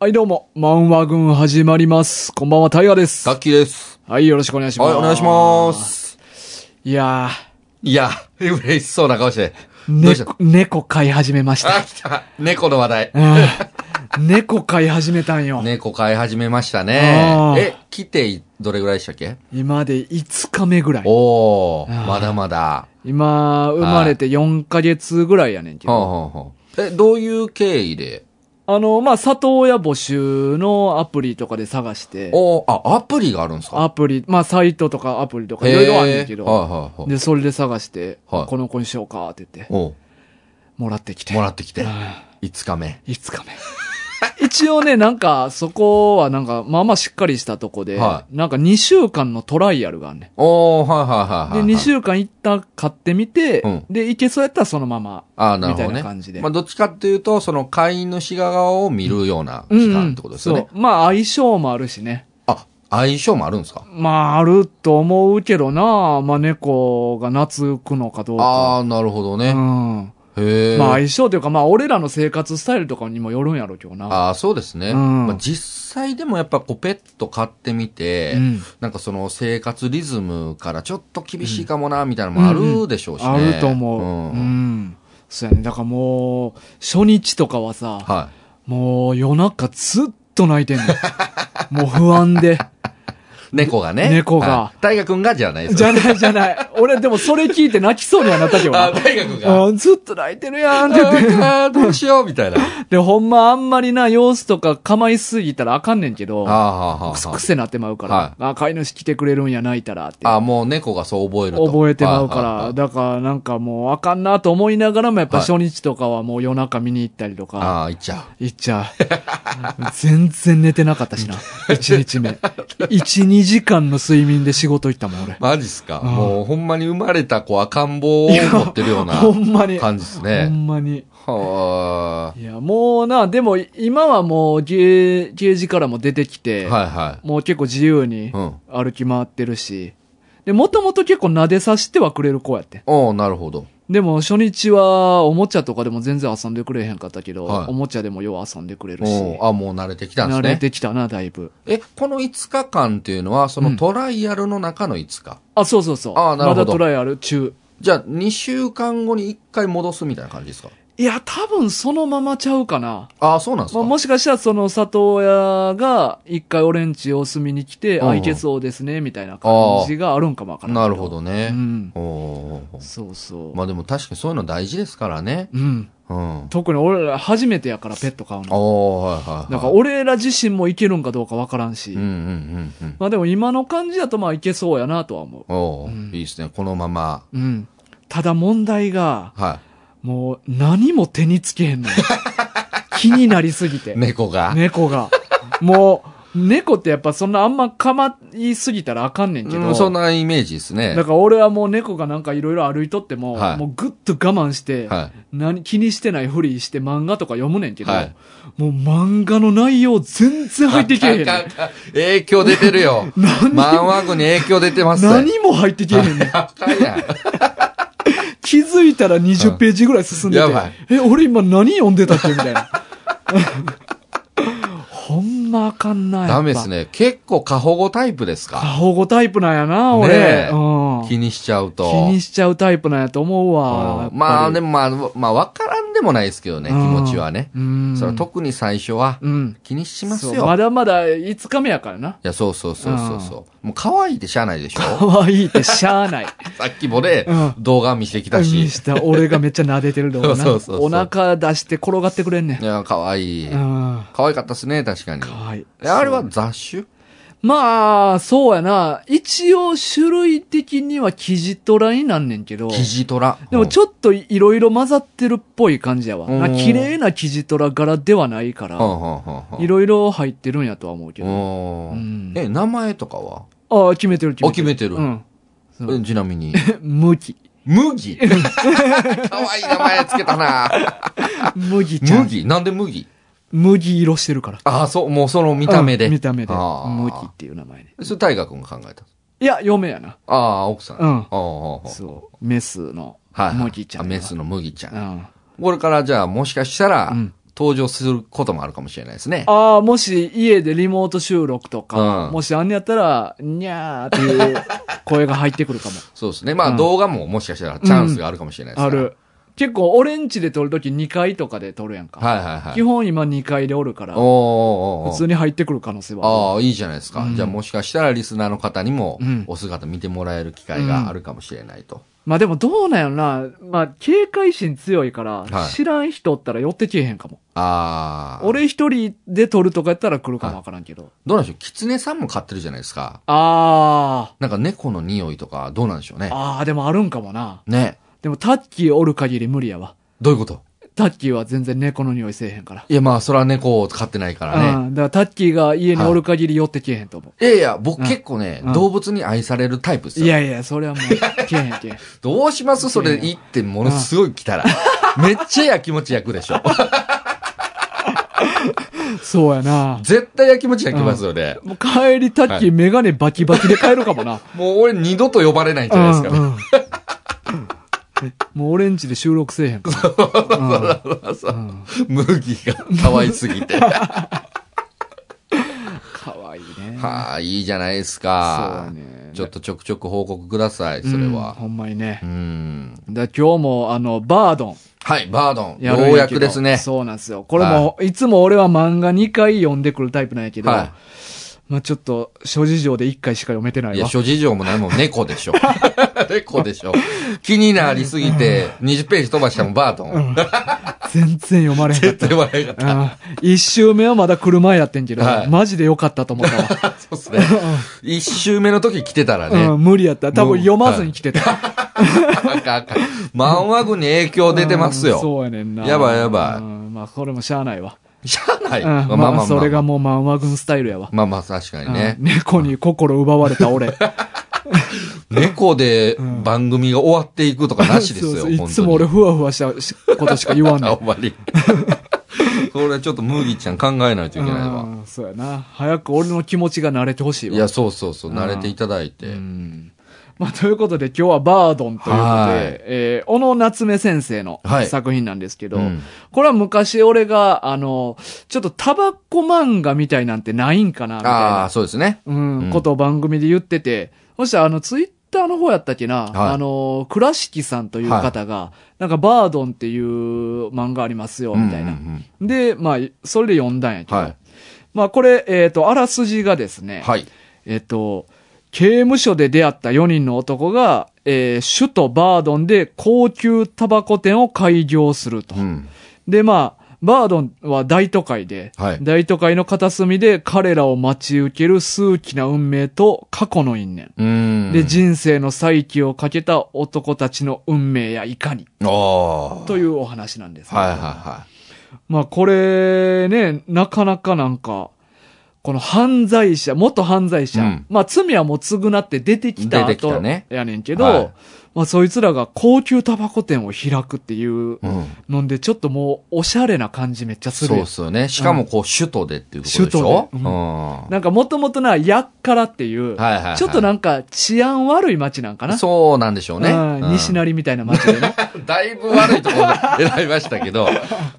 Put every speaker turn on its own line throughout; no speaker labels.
はい、どうも、漫画軍始まります。こんばんは、タイガーです。
ガッキーです。
はい、よろしくお願いします。
はい、お願いしま。す。
いや
いや、嬉しそうな顔して。
ー、
どうした
猫、猫飼い始めました。
あ、来た。 猫の話題。
うん猫飼い始めたんよ。
猫飼い始めました
あ
ね。
ー
え、来てどれぐらいでしたっけ
今で5日目ぐらい。
お
あー
ー、まだまだ。
今、生まれて4ヶ月ぐらいやねんけ
ほう
ど。
ほうほう。え、どういう経緯で
あの、まあ、里親募集のアプリとかで探して、
おーあ、アプリがあるんですか
アプリ、まあ、サイトとかアプリとか
へー
いろいろあんねんけ
は
ど、
いはいはい。
で、それで探して、
はい
この子にしようかって言って、
おう
もらってきて。
もらってきて
う。ん
5日目。
5日目。一応ね、なんか、そこはなんか、まあまあしっかりしたとこで、
は
なんか2週間のトライアルがあんね
おー、はいはい
ん。
はい
で、
はい。
2週間一旦買ってみて、
うん
で、いけそうやったらそのまま。
ああ、なるほどね。
みたいな感じで
まあ、どっちかっていうと、その飼い主側を見るような期間ってことですよね。
そう。まあ相性もあるしね。
あ、相性もあるんですか
まああると思うけどな、まあ猫が懐くのかどう
あ
か。
あ、なるほど
う
ね。
ん。
へえ。
まあ相性というか、まあ俺らの生活スタイルとかにもよるんやろうけどな。
ああ、そうですね。
うん
まあ、実際でもやっぱこうペット飼ってみて、
うん
なんかその生活リズムからちょっと厳しいかもな、みたいなのもあるでしょうしね。
あると思う。
ん
うん。そうやね。だからもう、初日とかはさ、
は
もう夜中ずっと泣い てんの。もう不安で。
い。猫がね。
猫が
はい大河君がじゃないです
じゃないじゃない。俺でもそれ聞いて泣きそうにはなったけどな
あー、。大河君が。
あずっと泣いてるやんって言って。
ああ、どうしよう、み たいな。あ
で、ほんまあんまりな様子とか構いすぎたらあかんねんけど、
あ、はあ、は
くす
あ
く。せなってまうから、
は
あ飼い主来てくれるんや泣いたらって。
ああ、もう猫がそう覚えると。
覚えてまうか
はいはいは
ら、
い
だからなんかもうあかんなと思いながらもやっぱ
はい
初日とかはもう夜中見に行ったりとか。
ああ、いっちゃう。
いっちゃう。 全然寝てなかったしな。一日 目。一、二時間の睡眠で仕事行ったもん、俺。
マジっすか。
ん
もうほんまに生まれた子赤ん坊を持ってるような
ほんまに。ほ
感じですね。
んまに。
はあ。
いや、もうな、でも今はもうゲー、ゲージからも出てきて、
はいは
もう結構自由に
い。うん。
歩き回ってるし、で、もともと結構撫でさしてはくれる子やってん。
おうなるほど。
でも初日はおもちゃとかでも全然遊んでくれへんかったけど、
はい
おもちゃでもよう遊んでくれるし、
おうあ、もう慣れてきたん
慣
で
れ
すね。
てきたな、だいぶ。
え、この5日間っていうのは、そ
うん
のトライアルの中の5日。
あ、そうそうそう。
あーなるほど
まだトライアル中。
じゃあ、2週間後に1回戻すみたいな感じですか
いや、多分そのままちゃうかな。
あそうなんです
ま
か、
あ、もしかしたらその里親が一回俺ん家様子見に来て、
うん
あ、いけそうですね、みたいな感じがあるんかもわからんけ
なるほど
う
ね。
ん。
おおうおう
そうそう。
まあでも確かにそういうの大事ですからね。
うん。
うん。
特に俺ら初めてやからペット飼うの。
おーはいはい、はい。
なんか俺ら自身もいけるんかどうかわからんし。
うんうんうんうん。
まあでも今の感じだとまあいけそうやなとは思
おお、
うん
いいですね。このまま。
う。うん。ただ問題が、
は
もう何も手につけへ んのよ。気になりすぎて
い。。猫が。
猫が。もう、猫ってやっぱそんなあんまかまいすぎたらあかんねんけど。
うん、そんなイメージですね。
だから俺はもう猫がなんかいろいろ歩いとっても、
はい
もうぐっと我慢して、
は
何気にしてないふりして漫画とか読むねんけ
い。
ど、
はい。
もう漫画の内容全然入ってけえへんねん。
あかんあかん 影響出てるよ。漫画軍に影響出てますね。
何も入ってけえへんねん。
あかんやん
気づいたら20ページぐらい進んでて、
やばい
え、俺今何読んでたっけみたいな。 ほんまあかんなやっぱ
ダメです。ね。結構過保護タイプです
過
か
保護タイプなんやな、俺。
ねえ
うん
気にしちゃうと。
気にしちゃうタイプなんやと思うわ
う。んまあで
も
もまあ、まあわからんでもないですけどね、気持ちはね。
うん。
それは特に最初は
うん。
気にします
そうま
よ。
だまだ5日目やからな。
いや、そうそうそうそうそう。もう可愛いでしゃあな いでしょ
可愛いってしゃあない。
さっきもね
うん、
動画見してきたし。
見
い
した俺がめっちゃ撫でてる動画な。
そうそうそうそう
お腹出して転がってくれんねん。
や、可愛い
うん。。か
可愛かったですね、確かに。
わいい。
えあれは雑種
まあ、そうやな。一応種類的にはキジトラになんねんけど。
キジトラ。
でもち
ょっ
ょっといろいろ混ざってるっぽい感じやわ。
うん
な綺麗なキジトラ柄ではないから、
と
いろいろ入ってるんやとは思うけど。
おー
うん
え、名前とかは
ああ、決めてる、決
あ、決めてる。
うん。そう
えちなみ に。
麦。
麦 かわいい名前つけたな
麦ちゃん。
麦なんで麦
麦色してるから。
ああ、そう、もうその見た目で。
うん見た目で。
ああ
麦っていう名前ね。
それ大河君が考えた。
いや、嫁やな。
ああ、奥さん。
うん
ああああ
そう。メスの
はいはい。
麦ちゃん。
あメスの麦ちゃん。
の。
これからじゃあもしかしたら
うん、
登場することもあるかもしれないですね。
ああ、もし家でリモート収録とか、
うん
もしあんねやったら、にゃーっていう声が入ってくるかも。
そうですね。ま
う
あ
ん
動画ももしかしたらチャンスがあるかもしれないです
あ
から。
る。結構、オレンジで撮るとき2階とかで撮るやんか。
はいはいはい。
基本今2階でおるから
おー、おーおー
普通に入ってくる可能性はある。
ああ、いいじゃないですか。
うん
じゃあもしかしたらリスナーの方にも
うん
お姿見てもらえる機会があるかもしれないと。
まあでもどうなんやろな。まあ、警戒心強いから、
はい
知らん人おったら寄ってけえへんかも。
ああ。、
俺一人で撮るとかやったら来るかもわからんけど。
どうなんでしょう。キツネさんも飼ってるじゃないですか。
あ
なんか猫の匂いとかどうなんでしょう
あ、
ね。
ああ、でもあるんかもな。
ね。
でもタッキーおる限り無理やわ。
どういうこと
タッキーは全然猫の匂いせえへんから。
いやまあ、それは猫を飼ってないからね。
うん。だからタッキーが家におる限り寄ってけえへんと思う。
いやいや、僕
うん
結構ね、
うん
動物に愛されるタイプです
い
よ。
やいや、それはもう、けえへんけえへん。
どうしますそれいいってものすごい来たら。めっちゃやきもち焼くでしょ。
そうやな。
絶対やきもち焼きますよね。
もう帰りタッキーメガネバキバキで帰るかも な。
もう俺二度と呼ばれないんじゃないですか、
うんうんもうオレンジで収録せえへん から。うんうん
麦が可愛すぎて。
かわいいね。
はあ、いいじゃないです
そ
か
う。ね
ちょっとちょくちょく報告ください、それ
うん
は。
ほんまにね
う。ん。
だから今日も、あの、バードン。
はい、バードン。
やるん
ようや
け
く
ど
ですね。
そうなんですよ。これも、い、つも俺は漫画2回読んでくるタイプなんやけど、
は。
まあちょっと、諸事情で1回しか読めてないい
いや、
わ。
諸事情も何も猫で しょ。猫でしょ。気になりすぎて、20ページ飛ばしてもバードン。
全然読まれへんかっ
絶
た。
対笑えなかっ
うん、一周目はまだ車やってんけど、
はい
マジでよかったと思ったわ。
た。そうっすね。一周目の時来てたら
う
ね。
ん、無理やった。多分読まずに来てた。
あかんあかん漫画群に影響出てます
うん
よ。
そうやねんな。
やばいやばい
うんまあ、これもしゃあないわ。
しゃあない。
うん、まあ、それがもう漫画軍スタイルやわ。
まあまあ確かにね
うん。猫に心奪われた 俺。
猫で番組が終わっていくとかなしです
そ
よ、
うそ
本当
う
に。
いつも俺、ふわふわしたしことしか言わん
あ、
の。
終わり。 これはちょっと麦ちゃん考えないといけないわ。
うんそうやな。早く俺の気持ちが慣れてほしいわ。
いや、そうそうそう、
うん
慣れていただいて。
うんまあ、ということで今日はバードンということで、
はい
えー小野夏目先生の
はい
作品なんですけど、
うん
これは昔俺が、あの、ちょっとタバコ漫画みたいなんてないんかな、みたい
ああ、
な、
そうですね。
うん
うん
ことを番組で言ってて、そしたらあの、ツイッターの方やったっけな、
はい
あの、倉敷さんという方が、なんかバードンっていう漫画ありますよ、みたいな。
うんうん
で、まあ、それで読んだんやけ
うん
ど、
はい。
まあこれ、えっ、と、あらすじがですね、
はい。
えっと、刑務所で出会った4人の男が、えー首都バードンで高級タバコ店を開業すると。
うん。
で、まあ、バードンは大都会で、
はい
大都会の片隅で彼らを待ち受ける数奇な運命と過去の因縁。
うん。
で、人生の再起をかけた男たちの運命やいかに、
ああ。
というお話なんです、
はいはいは
まあこれね、なかなかなんか、この犯罪者、元犯罪者、
うん
まあ罪はもう償って出てきた
出てきた
後
ね
やねんけど、
はい
まあそいつらが高級タバコ店を開くっていう
い。うん。
ので、ちょっともうおしゃれな感じめっちゃする
そう
や
っ
ん。
すよね。しかもこう、首都でっていうところでしょ
首都で
うん。
う
は
なんかもともとな、やっからっていう、
いはいはい。
ちょっとなんか治安悪い街なんかな。
そうなんでしょうね。
うん西成みたいな街でね。
だいぶ悪いところを選びましたけ ど、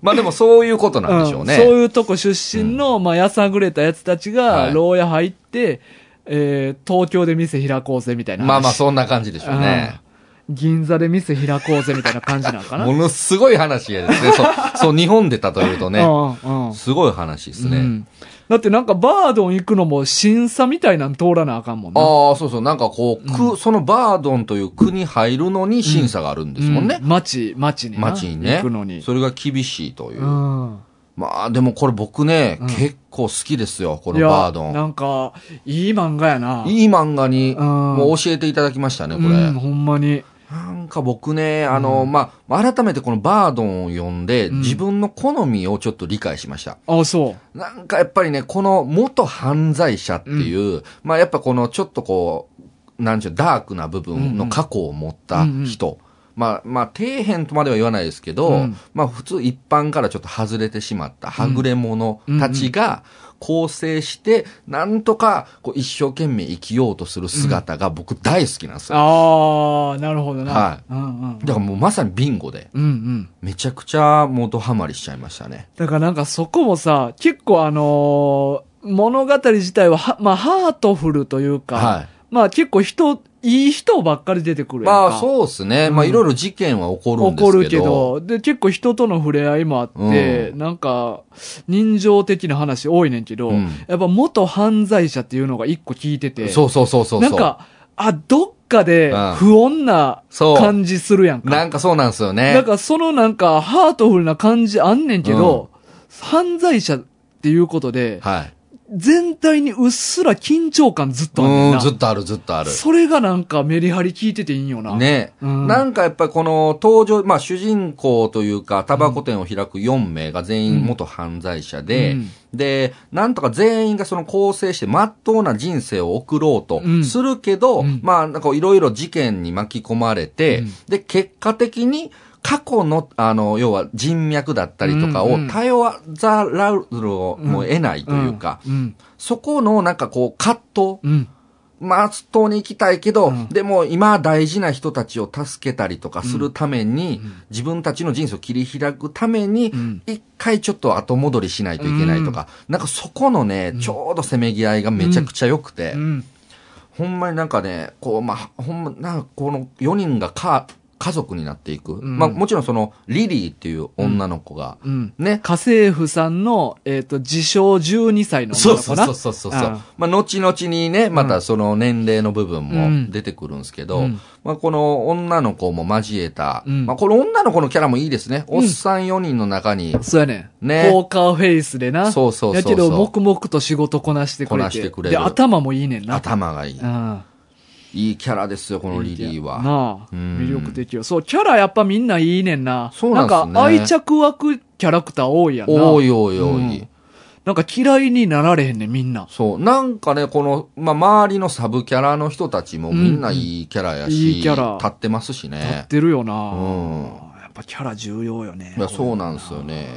まあでもそういうことなんでしょうね。
んそういうとこ出身の、まあ、やさぐれたやつたち
は
が、
い
牢屋入って、えー東京で店開こうぜみたいな話。
まあまあそんな感じでしょうね。
うん銀座で店開こうぜみたいな感じなんかな。
ものすごい話やですね。 そう、そう、日本で例えるとね、
うんうん
すごい話ですね。
うんだってなんかバードン行くのも審査みたいなん通らなあかんもんな。
ああ、そうそう、なんかこう、く、そのバードンという国入るのに審査があるんですもんね
う。街、街にな。
街にね。
行くのに。
それが厳しいとい
う
う。
ん。
まあでもこれ僕ね、
うん
結構好きですよ、こ
い
の
や
バードン。
なんか、いい漫画やな。
いい漫画に、
うん
もう教えていただきましたね、これ。
うん、ほんまに。
なんか僕ね、あの、まあ、改めてこのバードンを読んで、
うん
自分の好みをちょっと理解しました。
あ、そ
なんかやっぱりね、この元犯罪者っていう、まあ、やっぱこのちょっとこう、なんちゅう、ダークな部分の過去を持った人。まあ、まあ、底辺とまでは言わないですけど、
うん
まあ、普通一般からちょっと外れてしまった、はぐれ者たちが、構成して、なんとか、こう、一生懸命生きようとする姿が僕大好きなんですよ。
ああ、なるほどな。。
はい
うんうん。
だからもうまさにビンゴで、
うんうん。
めちゃくちゃもうドハマりしちゃいましたね。
だからなんかそこもさ、結構あのー物語自体はは、まあ、ハートフルというか、
はい。
まあ結構人、いい人ばっかり出てくるやん
ま
か。
あそうですね。
うん
まあいろいろ事件は起こる
起
んで
こ
す
る
け
け
ど。
ど、で、結構人との触れ合いもあって、
う
なんか、人情的な話多いねんけど、
うん
やっぱ元犯罪者っていうのが一個聞いてて、
そうそうそうそうそ
な
う。
んか、あ、どっかで
うん
不穏な
そう。
感じするやんか。
なんかそうなんですよね。
だからそのなんか、ハートフルな感じあんねんけど、犯罪者っていうことで、
はい。
全体にうっすら緊張感ずっとあんねん
う
な。
ん、ずっとあるずっとある。
それがなんかメリハリ効いてていいんよな。。
ね。
うん
なんかやっぱりこの登場、まあ主人公というか、タバコ店を開く4名が全員元犯罪者で、
うん
で、なんとか全員がその構成して真っ当な人生を送ろうと
うん
するけど、
うん
まあなんかいろいろ事件に巻き込まれ
う
て、
ん
で、結果的に過去の、あの、要は人脈だったりとか
うんう
を
ん
頼ざらるをも得ないというか、
うん。
そこのなんかこう葛藤、
うん。
まあ、当に行きたいけど、
うん
でも今大事な人たちを助けたりとかするために、
うん
自分たちの人生を切り開くために、
うん
一回ちょっと後戻りしないといけないとか、なんかそこのね、ちょうどせめぎ合いがめちゃくちゃ良くて、
うん。
ほんまになんかね、こう、まあ、ほんま、なんかこの4人がか、家族になっていく。
ん
まあ、もちろんその、リリーっていう女の子が、
うん。
ね、
家政婦さんの、えっ、と、自称12歳の女
そう
の
そ
子
う
な。
そうそうそう。
あ
まあ、後々にね、またその年齢の部分
う
も
ん
出てくるんですけど、
うん
まあ、この女の子も交えた、
うん
まあ、この女の子のキャラもいいですね。
ん
おっさん4人の中に
そうやねん。
ね
ポーカーフェイスでな。
そうそうそうそう
やけど、黙々と仕事こなしてくれて。
こなしてくれる
で、頭もいいねんな。
頭がいい。
うん。
いいキャラですよ、このリリーは。
なあ。
うん
魅力的よ。そう、キャラやっぱみんないいねんな。
そうなんすね
か愛着湧くキャラクター多いやんな。
おいおいおい。
うんなんか嫌いになられへんねん、みんな。
そう。なんかね、この、まあ、周りのサブキャラの人たちもみんないいキャラやし、
うんいいキャラ
立ってますし
立っ
ね。
てるよな。
うん
やっぱキャラ重要よね。
いやそうなんですよね。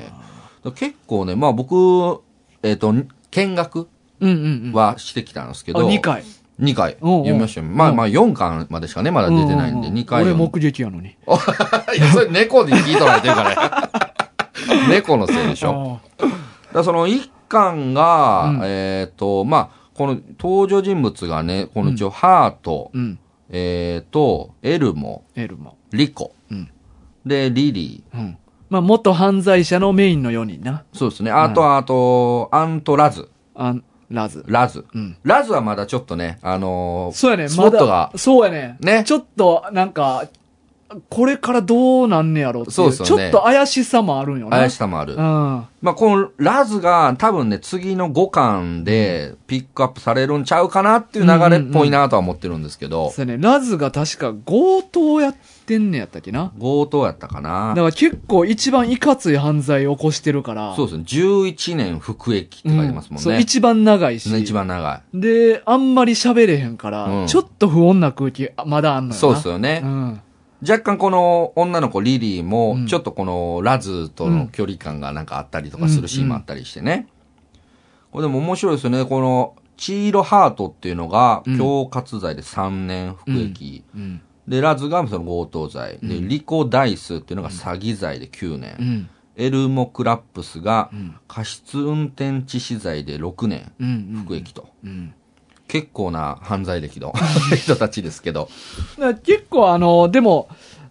だから結構ね、まあ、僕、えっ、と、見学
うんうんうん。
はしてきたんですけど、
あ、2回。
2回
うんうん
読みましたよ。まあまあ4巻までしかね、まだ出てないんで、
ううう
2回
俺
読ん
目撃やのに。
いや、それ猫に聞いとられてるから ね。猫のせいでしょ。だか
あ
らその1巻が、
うん
えっ、と、まあ、この登場人物がね、この一応、ハート、
ーうん。
えっ、と、エルモ、
エルも。
リコ、
うん
で、リリ
うん。まあ、元犯罪者のメインの4人な。
ー、そうですね。あと、あと、アントラズ、
あん、ラズ。
ラズ。
うん。
ラズはまだちょっとね、あのー
そうやね、
スポ
ま
ットが
だ。、そうやね。
ね
ちょっと、なんか、これからどうなんねやろってい
そうっすよね
ちょっと怪しさもあるんよね。
怪しさもある。
うん。
まあ、このラズが多分ね、次の5巻でピックアップされるんちゃうかなっていう流れっぽいなとは思ってるんですけど、
そうやね、ラズが確か強盗やってんねやったっけな。
強盗やったか
だ
な
か。ら結構一番いかつい犯罪を起こしてるから。
そうですね。11年服役って
うん。
書いてますもん
そう、
ね。
一番長いし。
一番長
で、あんまり喋れへんから、
うん
ちょっと不穏な空気、あまだあんのよな。
い。そうですよね。
うん。
若干この女の子リリー
う
も、
ん
ちょっとこのラズとの距離感がなんかあったりとかするシーンもあったりしてね。これでも面白いですよね。この、チーロハートっていうのが、
うん
恐喝罪で3年服役。
うん。
で、ラズがその強盗罪。で、リコ・ダイスっていうのが詐欺罪で9年。
うん。
エルモ・クラップスが
うん
過失運転致死罪で6年
うん。
服役と。
うん。
結構な犯罪歴の人たちですけど。
だから結構あの、でも、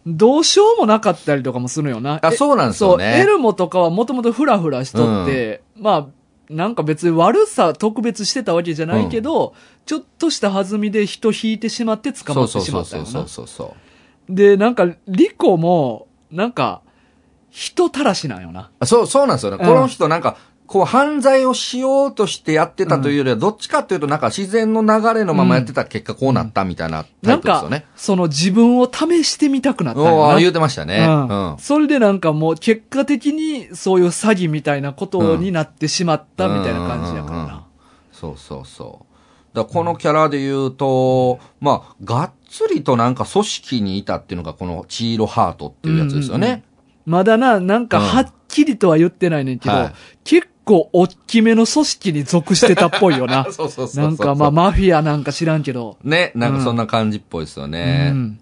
どうしようもなかったりとかもするよな。
あ、
え
そうなんですよね。
エルモとかはもともとフラフラしとって、まあ、なんか別に悪さ特別してたわけじゃないけど、ちょっとした弾みで人引いてしまって捕まってしまったよ
そう
な。
そうそうそうそう
で、なんか、リコも、なんか、人たらしなんよな。
あそう、そうなんですよね。
うん
この人なんか、こう犯罪をしようとしてやってたというよりは、どっちかというとなんか自然の流れのままやってた結果こうなったみたいなタ
な
イ
ん
プです
か
よね。、
その自分を試してみたくなったんよ
お
な
ー。言うてましたね。
うん
うん
それでなんかもう結果的にそういう詐欺みたいなことになってしまったみたいな感じやからな。
そうそうそう。だからこのキャラで言うと、まあ、がっつりとなんか組織にいたっていうのがこのチーロハートっていうやつですよね。
まだな、なんか
うん
はっきりとは言ってないねんけど、
はい。
結構大きめの組織に属してたっぽいよな
そうそうそうそう。
なんかまあ、マフィアなんか知らんけど。
ね、なんかそんな感じっぽいですよね。
うん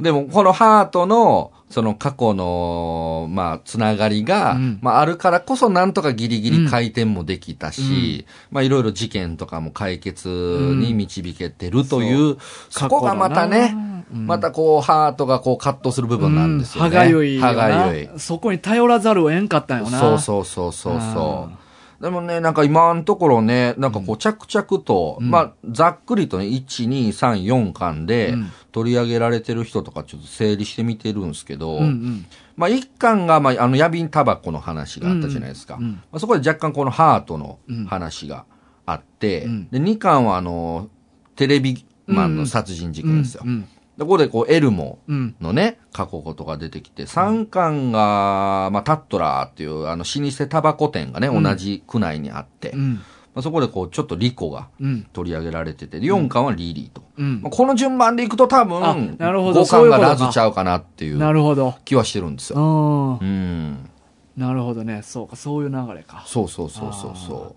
でも、このハートの、その過去の、まあ、つながりが、
うん
まあ、あるからこそ、なんとかギリギリ回転もできたし、まあ、いろいろ事件とかも解決に導けてるという、そこがまたね、、またこう、ハートがこう、葛藤する部分なんですよね。
歯がゆいよな。
歯がゆい。
そこに頼らざるを得んかったんよな。
そうそうそうそうそう。でもね、なんか今のところね、なんかこう着々と、まあ、ざっくりとね、1、2、3、4巻で
うん
取り上げられてる人とかちょっと整理してみてるんですけど、
うんうん。
まあ1巻が、まあ、あの、ヤビンタバコの話があったじゃないですか。
うんうん
まあ、そこで若干このハートの話があって、
うん
で、2巻はあの、テレビマンの殺人事件ですよ。
うんうん
で、ここでこう、エルモ
うん。
のね、過去ことが出てきて、三巻が、まあ、タットラーっていう、あの、老舗タバコ店がね、同じ区内にあって、
う
ま
ん。
あ、そこでこう、ちょっとリコが
うん。
取り上げられてて、で四巻はリリーと。
うん
まあ、この順番でいくと多
あ
分、
なるほど
五
そうい
巻
うこ
が
とか
ラズちゃうかなってい
な
う
るほど。
気はしてるんです
う
よ。
ん
う。ん。
なるほどね。そうか、そういう流れか。
そうそうそうそうそ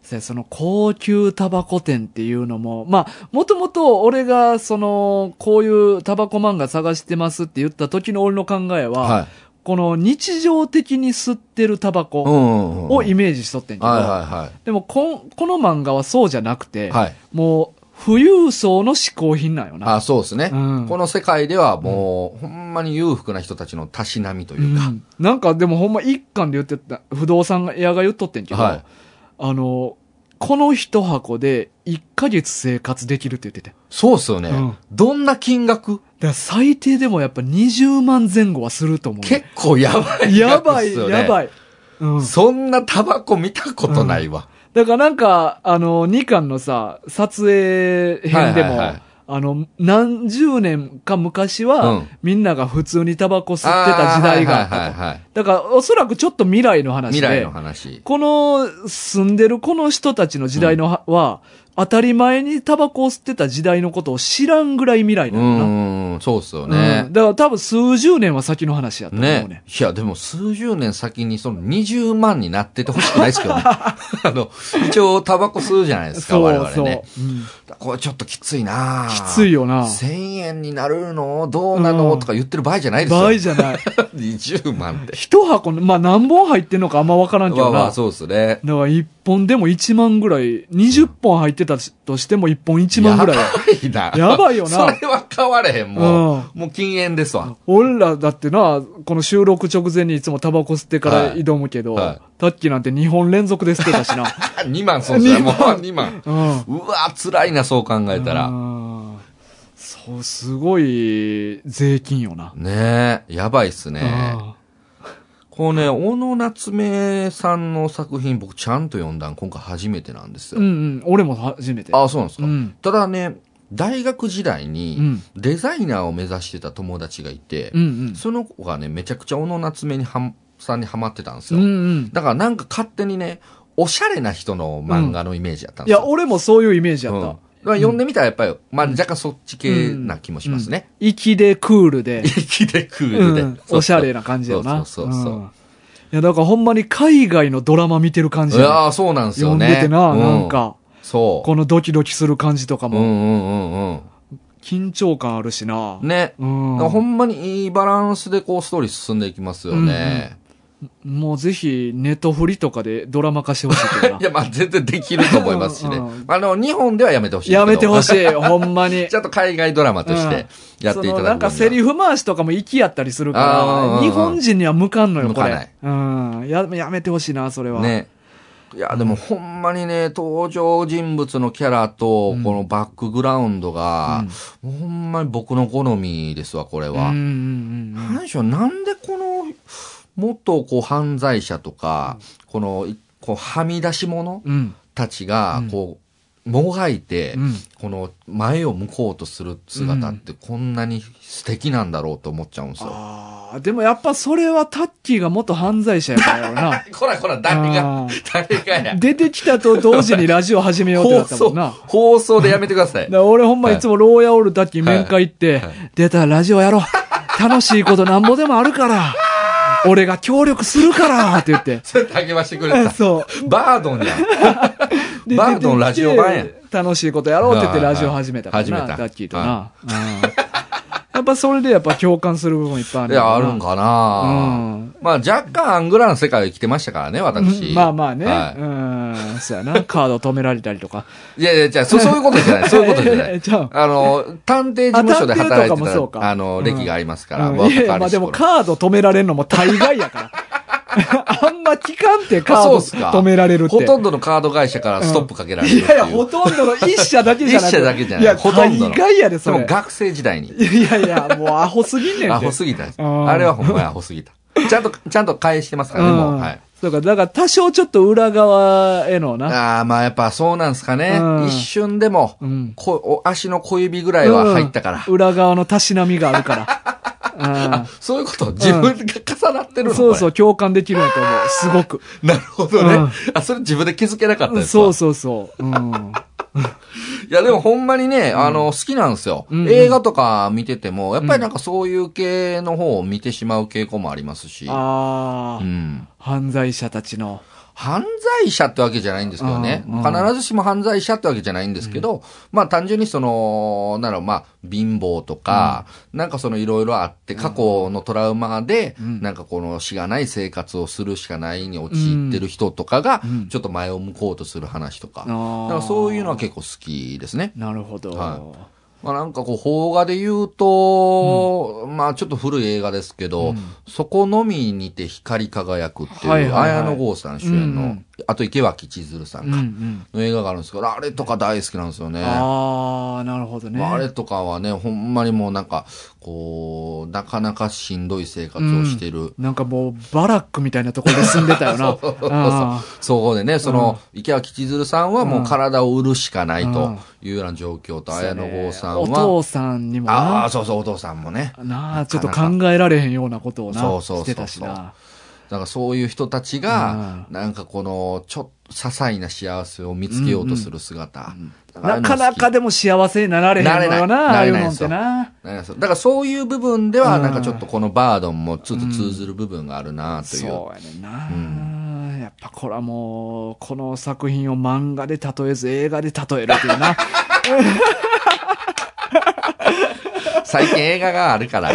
せその高級タバコ店っていうのも、まあ、もともと俺が、その、こういうタバコ漫画探してますって言った時の俺の考え
う。
は、
はい。
この日常的に吸ってるタバ
うん
コ
うんうん。
を
はい
イメージしとってんけど、
は
でもこん、この漫画はそうじゃなく
いはい。
て、
はい。
もう、富裕層の嗜好品なんよな。
あ、そうですね。
うん
この世界ではもう、ほんまに裕福な人たちのたしなみというか、
うんなんかでもほんま一巻で言ってた、不動産屋が言っとってんけど、
はい
あの、この一箱で1ヶ月生活できるって言ってて。だか
そうっすよね。
うん
どんな金額
ら最低でもやっぱ20万前後はすると思う。
結構やばい
や
額
ば
っ
い、
すよね。
やばい。うん、
そんなタバコ見たことないわ。
だからなんか、あの、2巻のさ、撮影編でも、
はいはいはい
あの、何十年か昔は、
うん
みんなが普通にタバコ吸
あ
ってた時代があったと。
ーはいはいはい
だから、おそらくちょっと未来の話で、
未来の話。
この住んでるこの人たちの時代のは、は当たり前にタバコを吸ってた時代のことを知らんぐらい未来
う
なのな。
ーん、そうっすよね
うん。だから多分数十年は先の話やと思うね。
ね。いや、でも数十年先にその20万になっててほしくないです けどね。あの、一応タバコ吸うじゃないですか、我々ね。
うん
これちょっときついな
きつい
よ。
よな。
1000円になるのどうなの、
うん
とか言ってる場合じゃないですよ。
倍じゃない。
20万って。
一箱の、まあ何本入ってんのかあんまわからんけ
ま
ど
あ
な。
まあ、そうですね。
だから一本でも一万ぐらい、20本入ってたとしても一本一万ぐらい。
やばいな。
やばいよな
それは変われへん、もう。もう禁煙ですわ。
俺らだってな、この収録直前にいつもタバコ吸ってから
はい
挑むけど、
は
タッキーなんて2本連続で吸ってた しな。
2万そうですね。もう2万。
うん。
うわ、辛いな、そう考えた
う
ら。
んそう、すごい税金よな。
ねえ、やばいっすね。こうね、小野夏目さんの作品、僕ちゃんと読んだん、今回初めてなんです
うんう
よ。
ん、俺も初めて。
あ、そうなんです
う
か。
ん。
ただね、大学時代
う
に
ん、
デザイナーを目指してた友達がいて
う、ん
その子がね、めちゃくちゃ小野夏目にはんさんにハマってたんです
うん。う
よ
ん。うん。
だからなんか勝手にね、おしゃれな人の漫画のイメージだったん
い
ですよ。
や、俺もそういうイメージや
うん
っ
だ
た
か。ら読んでみたらやっぱり、まあ若干そっち系な気もしますね。
粋でクールで。
息でクールで。
うん、おしゃれな感じやな。
そうそうそうそう
うんいや、だからほんまに海外のドラマ見てる感
い
じやな。
やーそうなんですよ
読ん
ね。
でてな、
う
なん。か、
そう。
このドキドキする感じとか
うんう
も、
んうん
緊張感あるしな
うん。。ね。
うん。
だからほんまにいいバランスでこうストーリー進んでいきますよね。。
もうぜひ、ネットフリとかでドラマ化してほしいけどない
や、まあ全然できると思いますしね
うん。
あの、日本ではやめてほしいけど。
やめてほしい、ほんまに
ち。ゃんと海外ドラマとしてやっていただく分には
そのなんかセリフ回しとかも息やったりする
あーうんうんう
から、日
ん
本人には向かんのよ、こ
向かない
れ。うん。や、やめてほしいな、それは。
ね。いや、でもほんまにね、登場人物のキャラと、このバックグラウンドが、ほんまに僕の好みですわ、これ
うん。うん
は。
うんうん。
何でしょう、なんでこの、元こう犯罪者とか、この、いこうはみ出し者
うん。
たちが、こう、もがいて、
うん
この前を向こうとする姿ってこんなに素敵なんだろうと思っちゃうんですよ。
ああ、でもやっぱそれはタッキーが元犯罪者やからよな。
こらこら、
あ
誰が
ー、
誰 がや。
出てきたと同時にラジオ始めようってな
放
ったも
送
んな。だ、か
放送でやめてください。
ら俺ほんまいつも牢屋おるタッキー面会行って、
はい
出たらラジオやろう。楽しいことなんぼでもあるから。俺が協力するからって言って。
そうやって励ましてくれ た。
そう。
バードンやん。
で
バードンラジオ版やん
出てきて楽しいことやろうって言ってラジオ始めたからな、
はいはいはい
ダッキーとな。
は
うんやっぱそれでやっぱ共感する部分いっぱいあ
い
る
や、あるん
か
かな、
うん
まあ若干アングラの世界を生きてましたからね、私。
まあまあね。
は
うん。そうやな。カード止められたりとか。
い、いやいや、じゃあそ、 そういうことじゃない。そういうことじゃな
え
い。
じゃあ
あの、探偵事務所で働い
あ探偵とか
て
もそう
た
か
あの、歴がありますから、
うん
若
いやいや、
か
まあ
り
で
し
も
頃
カード止められんのも大概や から。あんま聞かんってカード
あそうっすか
止められるって。
ほとんどのカード会社からストップかけられるって
い
いう。
やいや、ほとんどの一社だけじゃなく
一社だけじゃない
いや、
ほとんどの
大概やで、そ
で
れ
も。学生時代に。
いやいや、もうアホすぎんねんて。
アホすぎた。
ん
あれはほんまにアホす ぎた。ちゃんと、ちゃんと返してますからね、もう。
うん
はい。
そうか、だから多少ちょっと裏側へのな。
ああ、まあやっぱそうなんすかね
う。ん
一瞬でも
うん、
こお足の小指ぐらいは入ったから。
うん裏側のたしなみがある から。
そういうこと自分が重なって
う
る
ん
の。
そうそうう、共感できるんやと思う。すごく。
これなるほど
う
ね
ん。
あ、それ自分で気づけなかったですか
そうそうそう。うん。
いや、でもほんまにね、あの、好きなんですよ。
うんうん
映画とか見てても、やっぱりなんかそういう系の方を見てしまう傾向もありますし。
ああ、
うん。
犯罪者たちの。
犯罪者ってわけじゃないんですけどね。
うんうん
必ずしも犯罪者ってわけじゃないんですけど、まあ単純にその、ならまあ貧乏とか、なんかそのいろいろあって、過去のトラウマで、
ん
なんかこのしがない生活をするしかないに陥ってる人とかが、ちょっと前を向こうとする話とか。
あー
だからそういうのは結構好きですね。
なるほど。
はまあなんかこう、邦画で言うと、まあちょっと古い映画ですけど、そこのみにて光り輝くっていう、
はいはいはい
綾野剛さん主演の、
うんうん
あと池脇千鶴さ
うんんう
か、
ん。
の映画があるんですけど、あれとか大好きなんですよね。あ
ああ、なるほどね。
あれとかはね、ほんまにもうなんか、こう、なかなかしんどい生活をしている。
なんかもう、バラックみたいなところで住んでたよ な。あー
そこでね、その、池脇千鶴さんはもう体を売るしかないというような状況と、綾野剛さんは、
お父さんにも
ああ、
な。
そうそう、お父さんもね。
なあ、ちょっと考えられへんようなことをな、
そうそうそうそう
してたしな。
だからそういう人たちが、なんかこの、ちょっと、些細な幸せを見つけようとする姿。だらああい
な
うの好
か
き
なかでも幸せになられへんのよな、あ
な
あい
れ
う
ない
の
なれないで
っ
す
て
よ
な。
なんかそうだからそういう部分では、
うん
なんかちょっとこのバードンもちょっと通ずる部分があるなという。
そうやねんな、やっぱこれはもう、この作品を漫画で例えず映画で例えるっていう な。
最近映画があるから。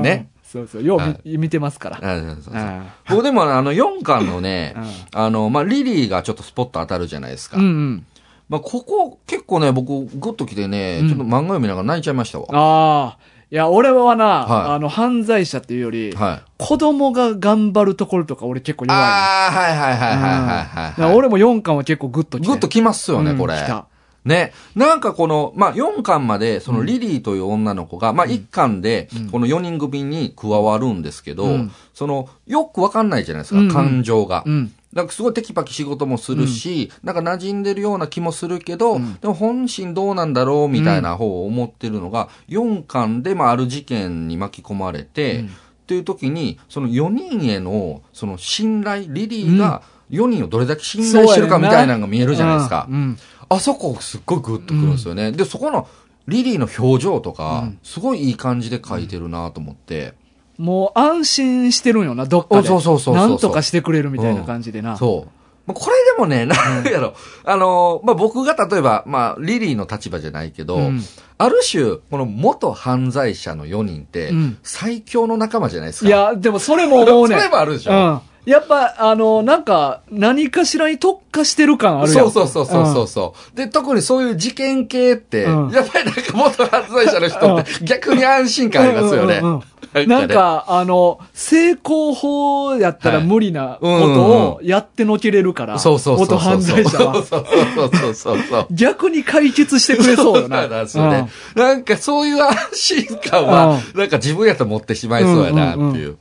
ね。
そうそう、よう
は
見見てますから。
あそうそうそう
あ
僕でもあの4巻のね
うん、
あの、まあ、リリーがちょっとスポット当たるじゃないです
あう
か
ん。うん。
まあ、ここ結構ね、僕グッと来てね、
うん
ちょっと漫画読みながら泣いちゃいましたわ。
ああ。いや、俺はな、
はい
あの、犯罪者っていうより、
はい。
子供が頑張るところとか俺結構弱いな。
ああ、はいはいはいはい
だ
はい
か
はい。
ら俺も4巻は結構グッときて
グッときますよね、
うん
これ。
来た
ね。なんかこの、まあ、4巻まで、そのリリーという女の子が、まあ、1巻で、この4人組に加わるんですけど、
うん
その、よくわかんないじゃないですか、
うんうん
感情が。
うん。
なんかすごいテキパキ仕事もするし、なんか馴染んでるような気もするけど、でも本心どうなんだろうみたいな方を思ってるのが、4巻で、まあ、ある事件に巻き込まれて、っていう時に、その4人への、その信頼、リリーが4人をどれだけ信頼してるかみたいなのが見えるじゃないですか。
うん。
あそこすっごいグッとくるんですよね。で、そこのリリーの表情とか、すごいいい感じで描いてるなと思って。
もう安心してるんよな、どっかで。
おそうそうそうそう
なんとかしてくれるみたいな感じでな。
そう。まあ、これでもね、なんやろ。あの、まあ、僕が例えば、まあ、リリーの立場じゃないけど、
うん
ある種、この元犯罪者の4人って
うん、
最強の仲間じゃないですか。
いや、でもそれも思う
そ
ねん。
れもあるでし
う
ょ。
ん。やっぱ、あの、なんか、何かしらに特化してる感あるやん。
そうそうそうそうそうそう。で、特にそういう事件系って、
うん
やっぱりなんか元犯罪者の人って逆に安心
うん。
感ありますよね。
うんうんうん
ね
なんか、あの、成功法やったら
はい
無理なこ
うんうん
とを
う
やってのけれるから、
そうそうそうそ
元
う。
犯罪者は。
そうそうそうそうそう。
逆に解決してくれそうよ な。
なんですよね。なんかそういう安心感は、なんか自分やと持ってしまいそうやなって
うんうん
いう。
うん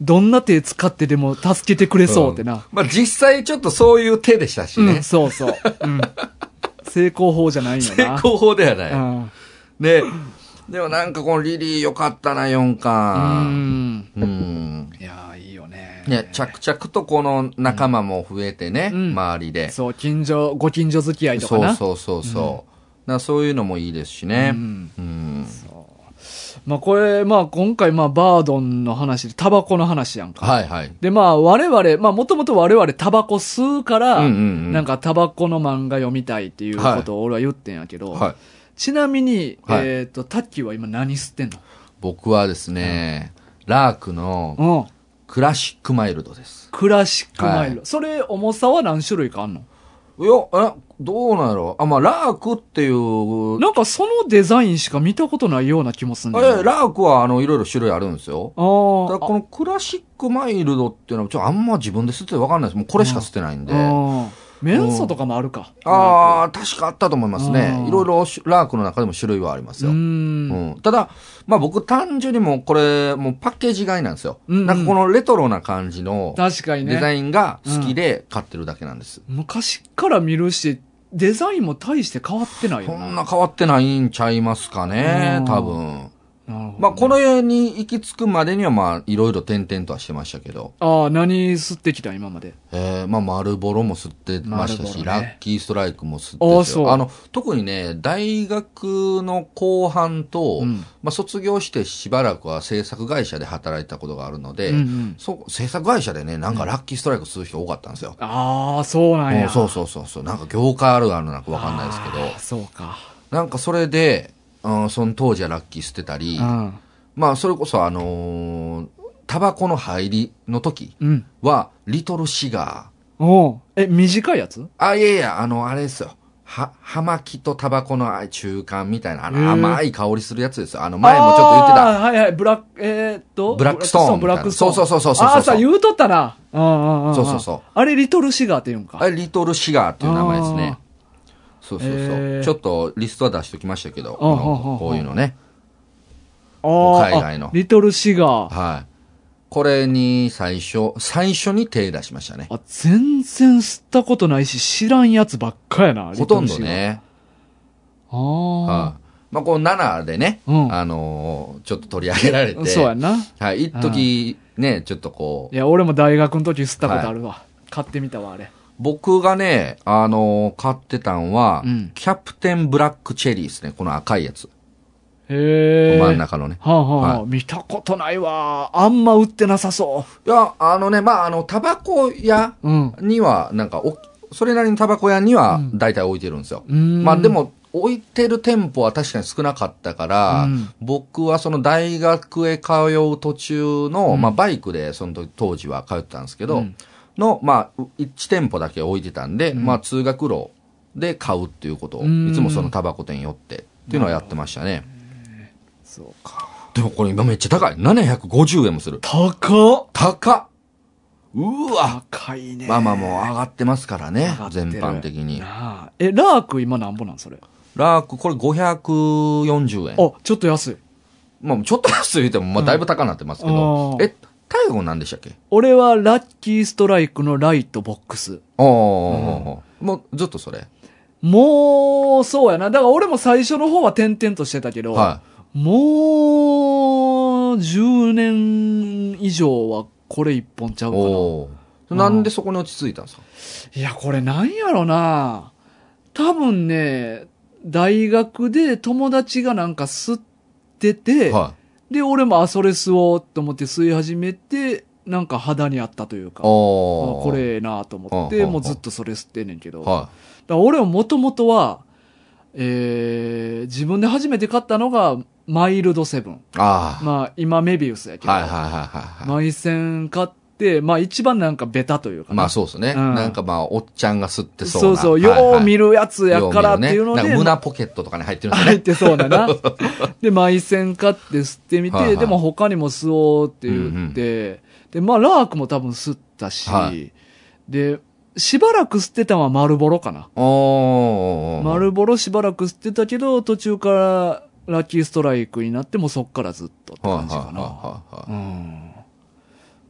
どんな手使ってでも助けてくれそうってな。
まあ実際ちょっとそういう手でしたし
うん、
ね。
そうそう。うん、成功法じゃないんよな。
成功法ではな
う
い。
ん。
で、でもなんかこのリリーよかったな、4巻。
うん。
うん。
いやー、いいよね。
ね、着々とこの仲間も増えてね、
うん
周りで。そ
そう、近所、ご近所付き合いとか
う
な。
そうそうそう。だからそういうのもいいですしね。
うん
うん
まあこれ、まあ今回、まあバードンの話で、タバコの話やんか。
はいはい。
で、まあ我々、まあもともと我々タバコ吸うから、
うんうんうん
なんかタバコの漫画読みたいっていうことを俺は言ってんやけど、
はい。
ちなみに、
はい
えっ、と、タッキーは今何吸ってん
僕はですね、ラークの
のうん。
クラシックマイルドです。
クラシックマイルド。
は
それ、重さは何種類かあんの
いや、え、どうなんやろあ、まあ、ラークっていう、
なんかそのデザインしか見たことないような気もするん
あ
だ
い
よ
や
な。あ
ラークはあの、いろいろ種類あるんですよ。た
ー
だこのクラシックマイルドっていうのは、ちょ、あんま自分で吸ってわかんないです。もうこれしか吸ってないんで。
あー。メンソとかもあるか。
ああ、確かあったと思いますね
う。ん
いろいろしラークの中でも種類はあります
う。
よ。うんん、ただ、まあ僕単純にもうこれ、もうパッケージ買いなんですよ。
うんうん
なんかこのレトロな感じの
確かに
デ
ね。
ザインが好きで買ってるだけなんです。
昔から見るし、デザインも大して変わってない
そ
よ
ん
な。
な変わってないんちゃいますか
う
ね
ん、
多分。
なるほど
まあこの絵に行き着くまでにはまあいろいろ点々とはしてましたけど、
ああ、何吸ってきた今まで。
えー、まあ丸ボロも吸ってましたし、
丸ボロ
ラ
ね
ッキーストライクも吸っ
あ
て
ー
ま
そう
あの、特にね、大学の後半と、
うん
まあ、卒業してしばらくは制作会社で働いたことがあるので、
うんうん
そう制作会社でね、なんかラッキーストライクする人多かったんですよ。
ああ、そうなん
う
や。
んそうそうそうそう。なんか業界あるあるなんかわかんないです
あー
け
そうか。
ど、なんかそれで、うん、その当時はラッキー捨てたり、
うん。
まあそれこそあのータバコの入りの時
うん。
は、リトルシガー。
おうえ、短いやつ
あ、いやいや、あの、あれですよ。は、葉巻とタバコのあ中間みたいな、あ
へー
の甘い香りするやつですよ。あの前もちょっと言ってた。
あーはいはい、ブラック、えーっと。
ブラックストーン
ブラックストーン。
みたいなそうそうそうそう
あ
そう
あ、さ、言うとったな。うんうんうん。
そうそうそう。
あれ、リトルシガーって言うんか。
あれ、リトルシガーっていう名前ですね。そうそうそう。
へー
ちょっとリストは出しときましたけど、
うんうんうん
このこういうのね。
あー
海外の
あリトルシガー。
はい。これに最初、最初に手出しましたね。
あ、全然吸ったことないし、知らんやつばっかやな、
ほ
リト
とんど
ルシガー。
ね。
ああ。
はい。まあ、この7でね、
うん
あのーちょっと取り上げられて、
そうやんな。
はい、一時ね、ちょっとこ、
いうや、俺も大学の時吸ったことあるわ。買ってみたわ、あれ。
僕がね、あのー買ってたんは、
うん
キャプテンブラックチェリーですね、この赤いやつ。
へえ。
真ん中のね。
はあはあ
は
見たことないわ。あんま売ってなさそ
いや、あのね、まあ、あの、タバコ屋
う。うん。
には、なんかお、それなりにタバコ屋には、大体置いてるんですよ。
うん
まあでも、置いてる店舗は確かに少なかったから、
うん
僕はその大学へ通う途中の、まあバイクでその時当時は通ってたんですけど、
うん
の、まあ、1店舗だけ置いてたんで、まあ通学路で買うっていうことを、
うん
いつもそのタバコ店寄ってっていうのはやってましたね。
そうか。
でもこれ今めっちゃ高い。750円もする。
高っ
高っうわ
高いね。
まあまあもう上がってますからね
上が、ってる
全般的に。
なあえ、ラーク今なんぼなんそれ。あ、
ラーク、これ540円。
ちょっと安い。
まあ、ちょっと安い言うても、まあ、だいぶ高なってますけ
うんあ
ど。
ー
え、大悟なんでしたっけ
俺はラッキーストライクのライトボックス。
ああ、もう、ずっとそれ。
もう、そうやな。だから俺も最初の方は点々としてたけど、
は
もう、10年以上はこれ一本ちゃ
い。
うかな。
おお。なんでそこに落ち着いたんですか
いや、これなんやろな。多分ね、大学で友達がなんか吸ってて、
はい。
で、俺もあ、それ吸おうと思って吸い始めて、なんか肌に合ったというか、
お
あ
お。
こ。れええなと思っ
うん
て、
うんうん
もうずっとそれ吸ってんねんけど、だか
は
ら俺ももともとは、えー、自分で初めて買ったのが、マイルドセブン。
い。あ
まあ、今メビウスやけど、
あ。はいはいはいはいは
マイセン買って、まあ一番なんかベタというか
い。
な、
まあそうですね。
うん
なんかまあ、おっちゃんが吸ってそうな。
そうそう、
はいはい
よう見るやつやからっていうの
よう見るねなん
で、
か胸ポケットとかに入ってるんです
入っ
ね。
てそうだ な。で、埋線買って吸ってみて、
はいはい
でも他にも吸おうって言って、で、まあ、ラークも多分吸ったし、
はい
で、しばらく吸ってたのは丸ボロかな。
おーおー。おー
丸ボロしばらく吸ってたけど、途中からラッキーストライクになって、もうそっからずっとって
はい
感じかな。
はいは
うん。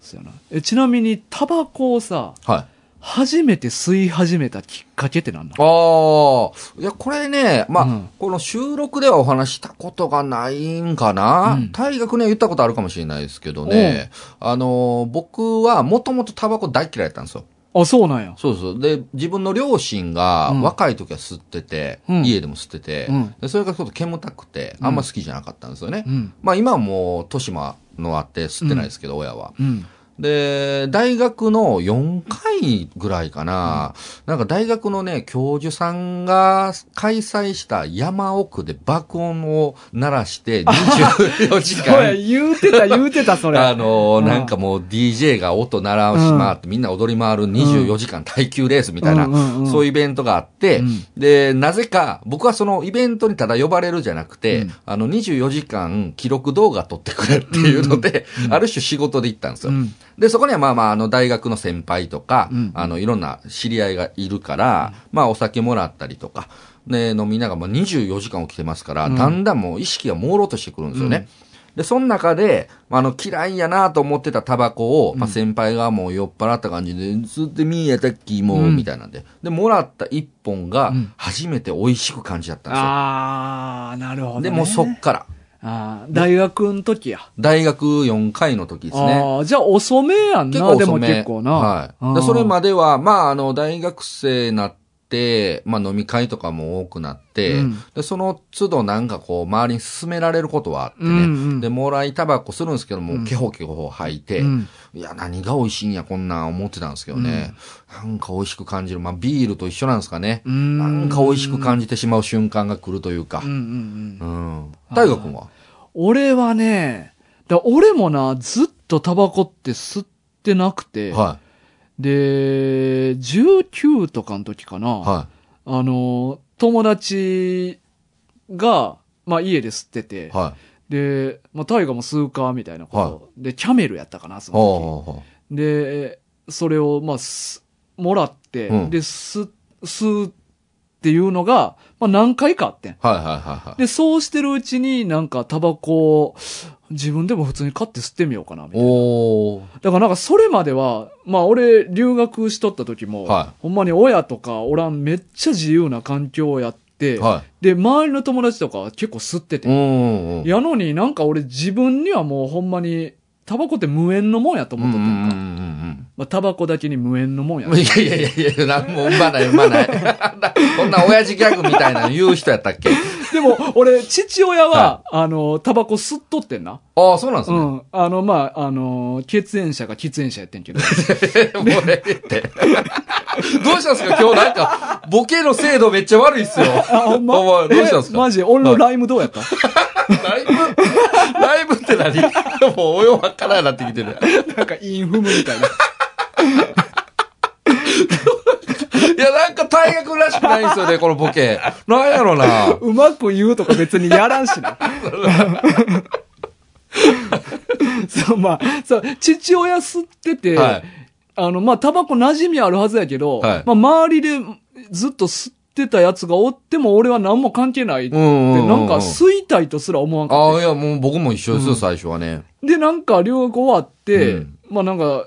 そうやな。え、ちなみに、タバコをさ、
いはい。はい。
初めて吸い始めたきっかけって何なの
ああ、いや、これね、まあ、
うん
この収録ではお話したことがないんかな、
うん
大学ね、言ったことあるかもしれないですけどね、あのー、僕はもともとタバコ大嫌いだったんですよ。
あ、そうなんや。
そうそう。で、自分の両親が
うん
若い時は吸ってて、
うん
家でも吸ってて、
うん
でそれがちょっと煙たくて、あんま好きじゃなかったんですよね。
うん。
まあ今はもう、豊島のあって吸ってないですけど、親は。
うん。
で、大学の4回ぐらいかな、なんか大学のね、教授さんが開催した山奥で爆音を鳴 らして24時
そうや、
間、
言うて た、言うてた、それ。
あの、
うん
なんかもう DJ が音鳴らし回ってみんな踊り回る24時間耐久レースみたいな、
うんうんうん
そういうイベントがあって、
うん
で、なぜか僕はそのイベントにただ呼ばれるじゃなくて、
うん
あの24時間記録動画撮ってくれっていうので、ある種仕事で行ったんですよ。
うん。
で、そこにはまあまあ、あの、大学の先輩とか、
うん
あの、いろんな知り合いがいるから、まあ、お酒もらったりとか、ね、飲みながら、まあ、24時間起きてますから、だんだんもう意識が朦朧としてくるんですよね。で、その中で、まああの、嫌いやなと思ってたタバコを、まあ、先輩がもう酔っ払った感じで、吸ってみえたっきもう、
うん
みたいなんで。で、もらった一本が
うん、
初めて美味しく感じだったんですよ。
あー、なるほど、ね。
で、もうそっから、
あー大学の時や。
大学4回の時ですね。
あーじゃあ遅めやん
結
な、
構
でも
遅め。
結構な。
はい。
う
で
ん
それまでは、まあ、あの、大学生になって、まあ、飲み会とかも多くなって、
うん
で、その都度なんかこう、周りに勧められることはあってね、
うんうん
で、もらいタバコするんですけども、ケホケホ吐いて、
うん
いや、何が美味しいんや、こんなん思ってたんですけどね、なんか美味しく感じる。まあ、ビールと一緒なんですかね。
ん
なんか美味しく感じてしまう瞬間が来るというか
うん。うんうん。
うん。大学君は
俺はね、だ俺もな、ずっとタバコって吸ってなくて、
は
で、19とかの時かな、
い。は
あの、友達が、まあ家で吸ってて、
い。はい。
で、まあ大河も吸うか、みたいなこと、で、キャメルやったかな、その時。
ほうほうほ
で、それを、まあ、すもらって、
うん
で、す、すっていうのが、まあ何回かあってん。
うはいはいはいはい。
で、そうしてるうちになんかタバコを自分でも普通に買って吸ってみようかな、みたいな。
おー。
だからなんかそれまでは、まあ俺留学しとった時も、
は
ほんまに親とかおらんめっちゃ自由な環境やって、
はい。
で、周りの友達とかは結構吸ってて、
うんうん。
やのになんか俺自分にはもうほんまにタバコって無縁のもんやと思っとったんか。
うん
まあ、タバコだけに無縁のもんや
うんうん。いやいやいやいや、なんも産まない産まない。 こんな親父ギャグみたいなの言う人やったっけ
でも、俺、父親は、あの、タバコ吸っとってんな。
ああ、そうなんです
う
ね。
ん。あの、まあ、あの、血縁者が喫煙者やってん けど。
もうええって。どうしたんですか今日なんか、ボケの精度めっちゃ悪いっすよ。
あ、ほんま
お前どうしたんすか
えマジ、俺のライムどうやった、
ライブライブって何もうおよわからんなってきてる。
なんか、インフムみたいな。
いや、なんか大学らしくないんですよね、このボケ。なんやろな。
うまく言うとか別にやらんし な。そう、まあ、そう、父親吸ってて、
はい
あの、まあ、タバコ馴染みあるはずやけど、
はい
まあ、周りでずっと吸ってたやつがおっても俺は何も関係ないって、
うんうんうんうん
なんか吸いたいとすら思わんかっ
ああ、いや、もう僕も一緒ですよ、最初はね。
た。で、なんか留学終わって、
うん
まあ、なんか、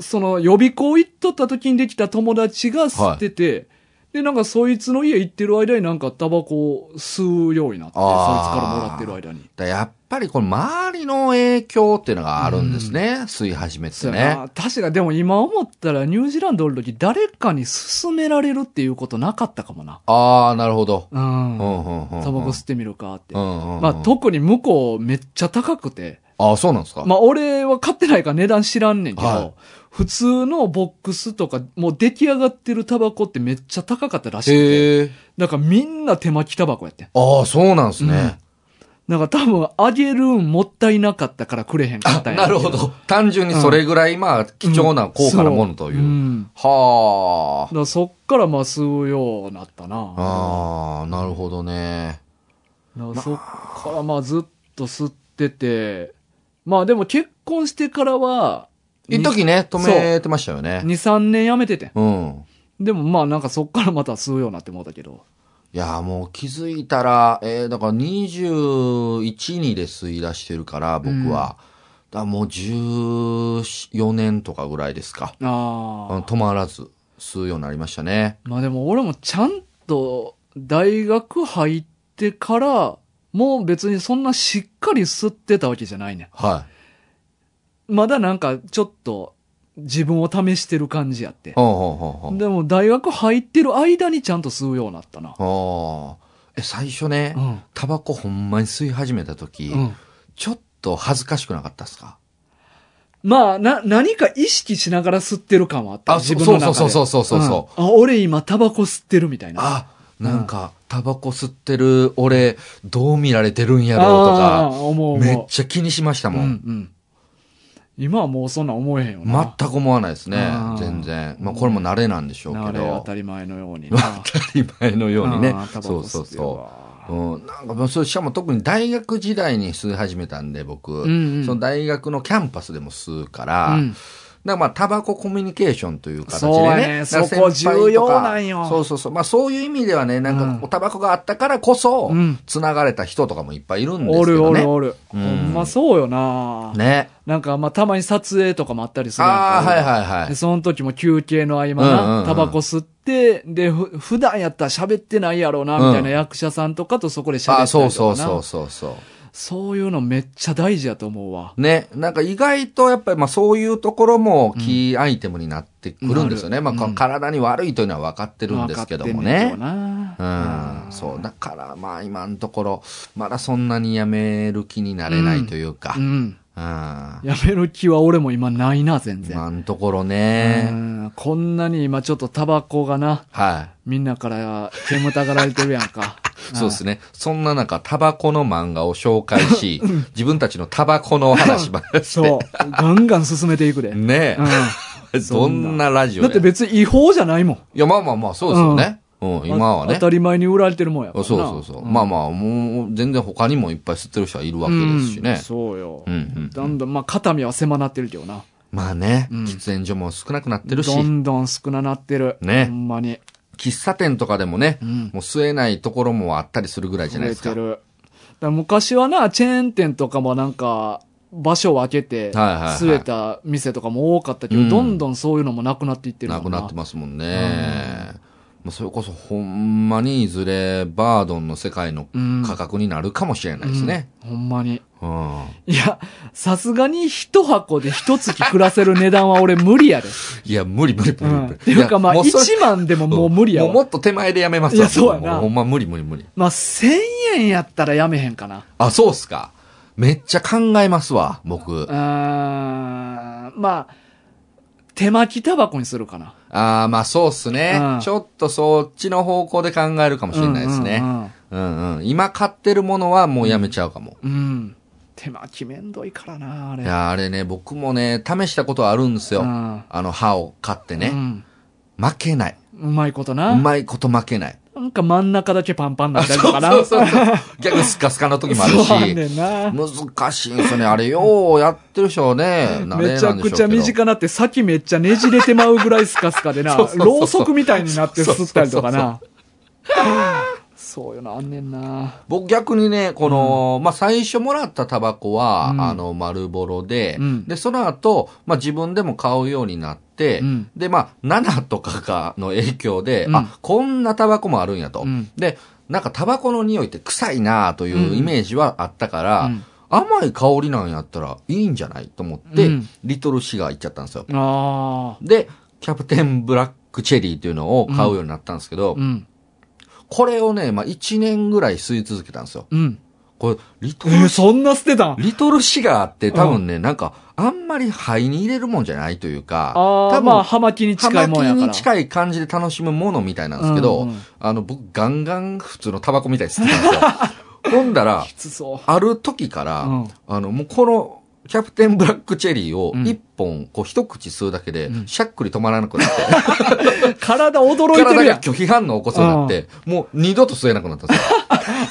その予備校行っとった時にできた友達が吸ってて、で、なんかそいつの家行ってる間になんかタバコを吸うようになって、そいつ
あー
からもらってる間に。
だからやっぱりこの周りの影響っていうのがあるんですね。吸い始めって
そう
ね
や。な。確か、でも今思ったらニュージーランドおる時誰かに勧められるっていうことなかったかもな。
ああ、なるほど。
うん。
う
タ
んうんうん
バ
うん
コ吸ってみるかって。
うんうんうん
まあ特に向こうめっちゃ高くて。
ああ、そうなんですか。
まあ俺は買ってないから値段知らんねんけど、
はい
普通のボックスとかもう出来上がってるタバコってめっちゃ高かったらしくて。
へえ。
だからみんな手巻きタバコやってん。
ああ、そうなんですね。
だから多分あげるんもったいなかったからくれへんか
あ
ったんや
なるほど。単純にそれぐらい、まあ、貴重な高価なものという。
そん
は
だからそっからまあ吸うようになったな。
あ。ああ、なるほどね。
だからそっからまあずっと吸ってて、まあでも結婚してからは、
一時ね、止めてましたよ
2、
ね。
3年やめててん。
うん。
でもまあなんかそっからまた吸うようになってもうたけど。
いやー、もう気づいたら、えー、だから21にで吸い出してるから、僕は。だからもう14年とかぐらいですか。
あ
あ
あ
の。止まらず吸うようになりましたね。
まあでも俺もちゃんと大学入ってから、もう別にそんなしっかり吸ってたわけじゃないね
は
ん。まだなんかちょっと、自分を試してる感じやって。
ほうほうほうほう。
でも大学入ってる間にちゃんと吸うようになったな。
ああ。え、最初ね、
うん
タバコほんまに吸い始めた時、
うん。
ちょっと恥ずかしくなかったですか
まあ、な、何か意識しながら吸ってる感はあった。
あ
自分の中で。
そうそうそうそうそうそ
うんあ、俺今タバコ吸ってるみたいな。
あ、なんか、タバコ吸ってる俺、どう見られてるんやろうと
あー
か、
思う思う。
めっちゃ気にしましたも。
うんんうん。今はもうそんなん思えへんよな。
全く思わないですね
あー。
全然。まあ、これも慣れなんでしょう
あ
け
れ
ど
当。たり前のようにな。
当たり前のようにね
あー。タバ
そ
コ吸ってるわ
うそうそう。うん、なんかもうそれしかも特に大学時代に吸い始めたんで僕、
んうん
その大学のキャンパスでも吸うから、
うん
だからまあタバココミュニケーションという形で
そうやね
ね。だから
そこ
先輩とか
重要なんよ
そうそうそう。まあそういう意味ではね、なん
うん
かおタバコがあったからこそ
うん、
繋がれた人とかもいっぱいいるんで
お
すけ
る
ど
お
ね。
るおる。ほ
うん
んまそうよな。
ね。
なんか、まあ、たまに撮影とかもあったりするやんか
ああ、はいはいは
で、
い。
その時も休憩の合間
うんうん
な
う、ん
タバコ吸って、で、ふ普段やったら喋ってないやろうな、みたいな
うん
役者さんとかとそこで喋ってた
ああ、
りとか
そ
な。
うそうそうそうそう。
そういうのめっちゃ大事やと思うわ。
ね、なんか意外とやっぱりまあそういうところもキーアイテムになってくるんですよね。
うん
まあか
うん
体に悪いというのは分かってるんですけどもね
分。かってんねんけ
う、
どなん
そう。だからまあ今のところ、まだそんなにやめる気になれないというか、
う
うん。
ん。
今
やめる気は俺も今ないな、全然。
のところ
う
ね、
んこんなに今ちょっとタバコがな、
は。
みんなから煙たがられてるやんか
い。そうですね。そんな中、タバコの漫画を紹介し、自分たちのタバコの話ば
うんそう。ガンガン進めていくで。うん。
ねえ、どんなラジオ
だ
や
って別に違法じゃないもん。
いや、まあまあまあ、そうですよね。うん、今はね
当。たり前に売られてるもんやから
あ
な。
そうそうそう。まあまあ、もう、全然他にもいっぱい吸ってる人はいるわけですし
うん
ね。
そうよ
うん。うん。
だんだん、まあ、肩身は狭なってるけどな。
まあね、
うん
喫煙所も少なくなってるし、
どんどん少ななってる。
ね
ほんまに。
喫茶店とかでもね、
うん
もう吸えないところもあったりするぐらいじゃないですか。
増え
は
て
い
る。だから昔はな、チェーン店とかもなんか、場所を開けて、
はいはいはい
据えた店とかも多かったけど、
うん
どんどんそういうのもなくなっていってるも
なんくなってますもんね。もうそれこそほんまにいずれバードンの世界の
うん
価格になるかもしれないですね。
うんほんまに。
うん。
いや、さすがに一箱で一月暮らせる値段は俺無理やで。
いや、無理無理
う
無理
ん。
無理。
っていうかまあ、
もうそれ
1万でももう無理や
もも
わ。
っと手前でやめますわ
いやそうやな
もほんま無理無理無理。
まあ、1000円やったらやめへんかな。
あ、そうっすか。めっちゃ考えますわ、僕
う。ーん。まあ、手巻きタバコにするかな。
ああ、まあそうっすね、
うん
ちょっとそっちの方向で考えるかもしれないですね。
う
うんん
う
うんん、
うん
今買ってるものはもうやめちゃうかも。
うん。手巻きめんどいからな、あれ。
いやー、あれね、僕もね、試したことあるんですよ。
うん
あの歯を買ってね。
うん。
負けない。
うまいこと
う
な。
まいこと負けない。
なんか真ん中だけパンパンになったりとかな。
そうそうそう。 逆にスカスカの時もある
そうやね
し。
んな。
難しいんですよね。あれ、ようやってるでしょうね。慣れ
めち
な
ゃ
んでしょうけど
くちゃ身近なって、先めっちゃねじれてまうぐらいスカスカでな、
そうそうそう
ろうそくみたいになって吸ったりとかな。そうよな、あんねんな。
僕逆にね、この、まあ、最初もらったタバコは、
うん
あの、丸ボロで、
うん
で、その後、まあ、自分でも買うようになって、
うん
で、まあ、7とかが、の影響で、
うん
あ、こんなタバコもあるんやと。
うん
で、なんかタバコの匂いって臭いなというイメージはあったから、
うん
甘い香りなんやったらいいんじゃないと思って、
うん
リトルシガー行っちゃったんですよ。
ああ。
で、キャプテンブラックチェリーっていうのを買うようになったんですけど、
うん。
これをね、まあ、1年ぐらい吸い続けたんですよ。
うん。
これ、リト
え
ル
ー、そんな捨てたん
リトルシガーって多分ね、なんか、あんまり肺に入れるもんじゃないというか、
ああ、
多
まあ、
分、
葉巻に
葉
近いもんやか
巻
ら。
に近い感じで楽しむものみたいなんですけど、
うんうん
あの、僕、ガンガン普通のタバコみたいに吸ってたんです よ。ほんだら
き、つそ
ある時から、
うん
あの、もうこの、キャプテンブラックチェリーを
うん
一本、こう一口吸うだけで
う、ん
しゃっくり止まらなくなって、
う。体 驚いて
体
るや
が
ん。
拒否反応を起こそうになって、もう二度と吸えなくなったんです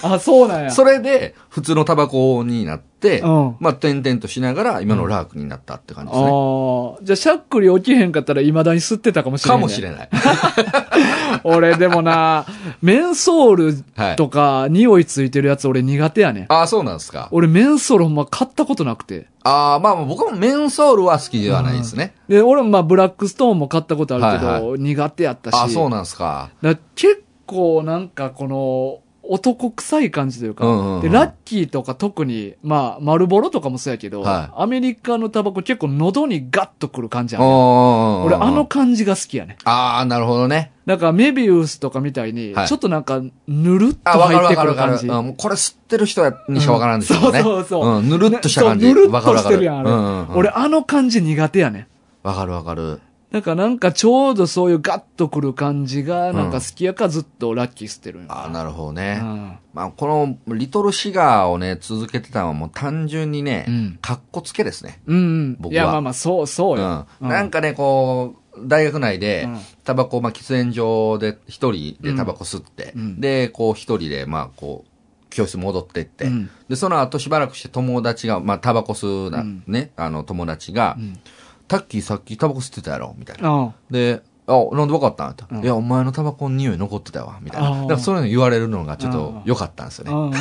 よ。
あ、そうなんや。
それで、普通のタバコになって、
うん
まあ、点々としながら、今のラークになったって感じですね。
ああ。じゃあ、しゃっくり起きへんかったら未だに吸ってたかもしれ
か
ない。
もしれない。
俺、でもな、メンソールとか、匂いついてるやつ俺苦手やねん。
ああ、そうなんですか。
俺、メンソールほんま買ったことなくて。
ああ、まあまあ僕もメンソールは好きではないですね。
で、俺もまあ、ブラックストーンも買ったことあるけど、
はい
苦手やったし。
ああ、そうなんですか。
だから結構なんかこの、男臭い感じというか、
うんうんうん
で、ラッキーとか特に、まあ、丸ボロとかもそうやけど、
は
アメリカのタバコ結構喉にガッとくる感じやねん。俺、
俺
あの、感じが好きやね。
ああ、なるほどね。
だから、メビウスとかみたいに、
はい
ちょっとなんか、ぬるっと
あ、わかる
入っ
わ
て
か
く
る
る
わかる。
感じ。
うん、もうこれ吸ってる人やにしかわからんでしょうね。、
うんそうそうそうん
ぬるっとした感じ。
ねそうぬる
わ
っ
か
と
わ
し
か
てるやん、あれ。
うんうんうん
俺、あの感じ苦手やね。
わかるわかる。
なんか、なんか、ちょうどそういうガッとくる感じが、なんか好きやからずっとラッキー吸ってるんや
ああ、なるほど
う
ね。
ん
まあ、この、リトルシガーをね、続けてたのはもう単純にね、
うん
かっこつけですね。
うんうん。
僕はい
や、まあまあ、そう、そううよ
ん。。なんかね、こう、大学内で
うん、
タバコ、まあ、喫煙所で一人でタバコ吸って、
うん
で、こう一人で、まあ、こう、教室戻ってって、
う ん
で、その後しばらくして友達が、まあ、タバコ吸うな、
うん
ね、あの、友達が、
ん
タッキーさっきタバコ吸ってたやろみたいな。
うん。
で、あ、なんでわかったんって、
うん
いや、お前のタバコの匂い残ってたわ、みたいな。
あ
だ
ー
からそういうの言われるのがちょっ
あ
と
ー
良かったんです よね。
うんうんうん、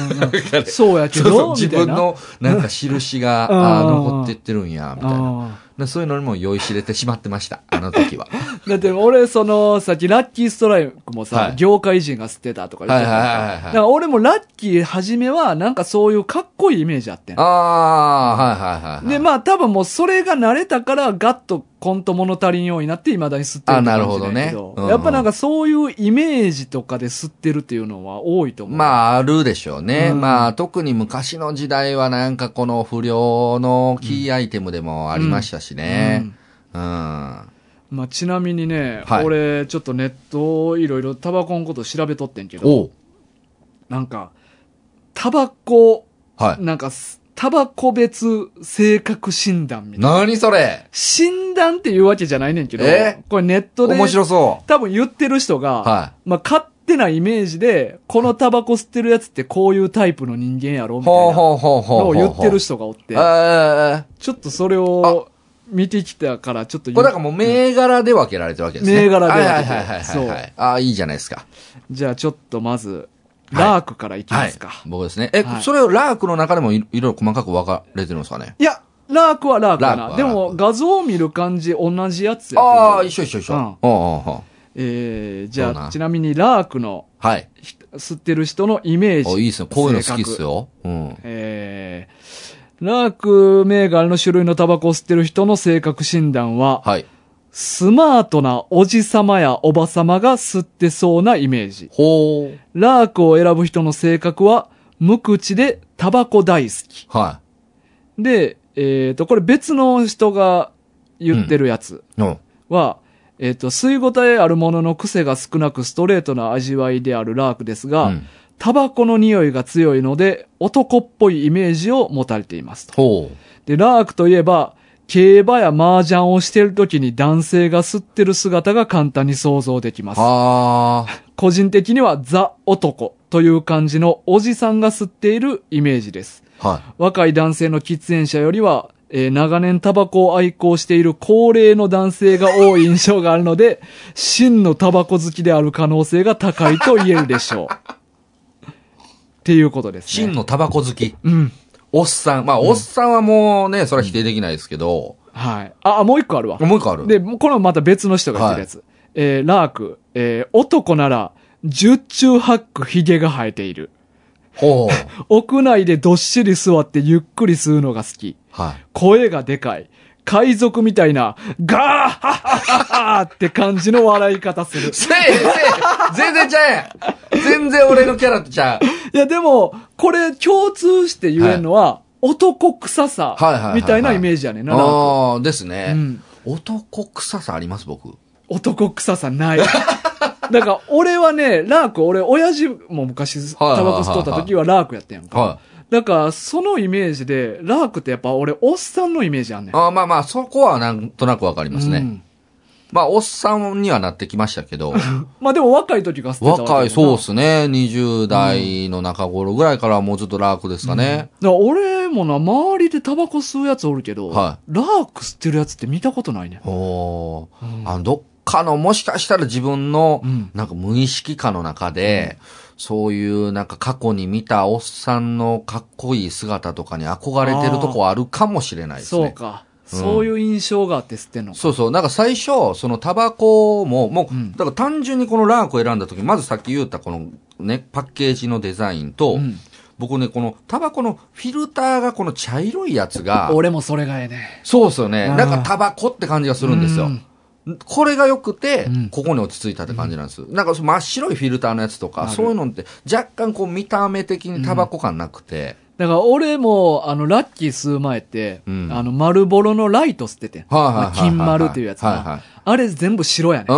そうやけ
そうそう
ど、
自
みたいな。
分のなんか印 が、
うん
ああ、
うん
残ってってるんや、みたいな。
あ
でそういうのにも酔いしれてしまってました、 あの時 は。
ーだって俺、その、さっきラッキーストライクもさ、
はい
業界人が吸ってたとか言ってたやんか
はいはいはいはい
だから俺もラッキー初めは、なんかそういうかっこいいイメージあってん
あ。あ、はいはいはいはい。
で、まあ多分もうそれが慣れたから、ガッとコント物足りんようになって、未だに吸ってるって感じんやけ
あなるほどねうんうん
やっぱなんかそういうイメージとかで吸ってるっていうのは多いと思う。あ、
まあ、あるでしょうね。
うん
まあ、特に昔の時代はなんかこの不良のキーアイテムでもありましたしね。うん。
まあちなみにね、
はい
俺、ちょっとネットをいろいろタバコのこと調べとってんけど、
おう
なんか、タバコ、
はい。
なんかす、タバコ別性格診断みたいな。
何それ
診断っていうわけじゃないねんけど
え、
これネットで、
面白そ
多分言ってる人が、
う。は
まあ、勝手なイメージで、このタバコ吸ってるやつってこういうタイプの人間やろ
い。
みたい
ほう
なの
ほうほうほうほ
を
う。
言ってる人がおって
え、え
ちょっとそれを見てきたから、ちょっと
こ
言
れだからもう銘柄で分けられてるわけですね。
銘柄で分けて
はいはいはいはいはい。ああ、いいじゃないですか。
じゃあちょっとまず、
はい
ラークからいきま
はい
すか。。
僕ですね。え
は、い
それをラークの中でもいいろいろ細かく分かれてるんですかね
い、や、ラークはラークか
ラーク
な。
は
で
ラーク
も画像を見る感じ同じやつやと思う
ああ、一緒一緒一緒。
うん
うんうんうん
えー、じ
そう
ゃあ
な
ちなみにラークの
はい。
ひ吸ってる人のイメー
あ、い
ジ。
いっすね。こういうの好きっすよ。うん。
えー、ラーク銘柄の種類のタバコを吸ってる人の性格診断は、
はい。
スマートなおじさまやおばさまが吸ってそうなイメージ。
ほう。
ラークを選ぶ人の性格は、無口でタバコ大好き。
は
で、えっ、と、これ別の人が言ってるやつ
い。うん。
は、えっ、と、吸い応えあるものの癖が少なくストレートな味わいであるラークですが、
うん
タバコの匂いが強いので、男っぽいイメージを持たれていますと。
ほう。
で、ラークといえば、競馬や麻雀をしている時に男性が吸ってる姿が簡単に想像できます。
あ
個人的にはザ男という感じのおじさんが吸っているイメージです。
あ。は
若い男性の喫煙者よりは、えー長年タバコを愛好している高齢の男性が多い印象があるの で、真のタバコ好きである可能性が高いと言えるでしょう。っていうことで
い。
す
真
ね。
のタバコ好き。
うん。
おっさん。まあ、おっさんはもうね、それは否定できないですけど。
はい。あ、あもう一個あるわ。
もう一個ある。
で、もうこれもまた別の人が言ってるやつ。えーラーク、えー男なら、十中八九髭が生えている。
ほう。
屋内でどっしり座ってゆっくり吸うのが好き。
はい。
声がでかい。海賊みたいな、ガーハッハッハッって感じの笑い方 する。
せえせえ全然ちゃえ全然俺のキャラとちゃう。
いや、でも、これ共通して言えるのは、男臭
はいはいはい
さ
は、い
みたいなイメージやねんな。なんか
ああ、です
う
ね
ん。
男臭さあります僕。
男臭さない。 だから、俺はね、ラーク、俺、親父も昔、
はいはい
タ
はいは
バ
い
コ吸っとった時はラークやったやんか。
は
だから、そのイメージで、ラークってやっぱ俺、おっさんのイメージあんね
い。
ん。
あーまあまあ、そこはなんとなくわかります
う
ね。
ん
まあ、おっさんにはなってきました けど。
まあでも若い時が吸ってたわけやな
若い、そうっすね。20代の中頃ぐらいからはもうちょっとラークですかね。
だから俺もな、周りでタバコ吸うやつおるけど、
は
ラーク吸ってるやつって見たことないね。
おー
うん
あの、どっかの、もしかしたら自分の
うん、
なんか無意識化の中で、そういうなんか過去に見たおっさんのかっこいい姿とかに憧れてるとこはあるかもしれないです
そう
ね。
か。そういう印象があって吸ってんのか。
そうそう。なんか最初、そのタバコも、もう、
うん
だから単純にこのラークを選んだ時、まずさっき言ったこのね、パッケージのデザインと、
うん
僕ね、このタバコのフィルターがこの茶色いやつが、
俺もそれがええね。
そうですよね。
うん
なんかタバコって感じがするんですよ。これが良くて、
うん
ここに落ち着いたって感じなんです。なんかその真っ白いフィルターのやつと
あ
か、
る
そういうのって若干こう見た目的にタバコ感なくて。
だから俺も、あの、ラッキー吸う前って、
うん
あの、丸ボロのライト吸っててん。
はいはいはい
ま
は
あ
い
金丸っていうやつ
はいはい
が。あれ全部白やね。
う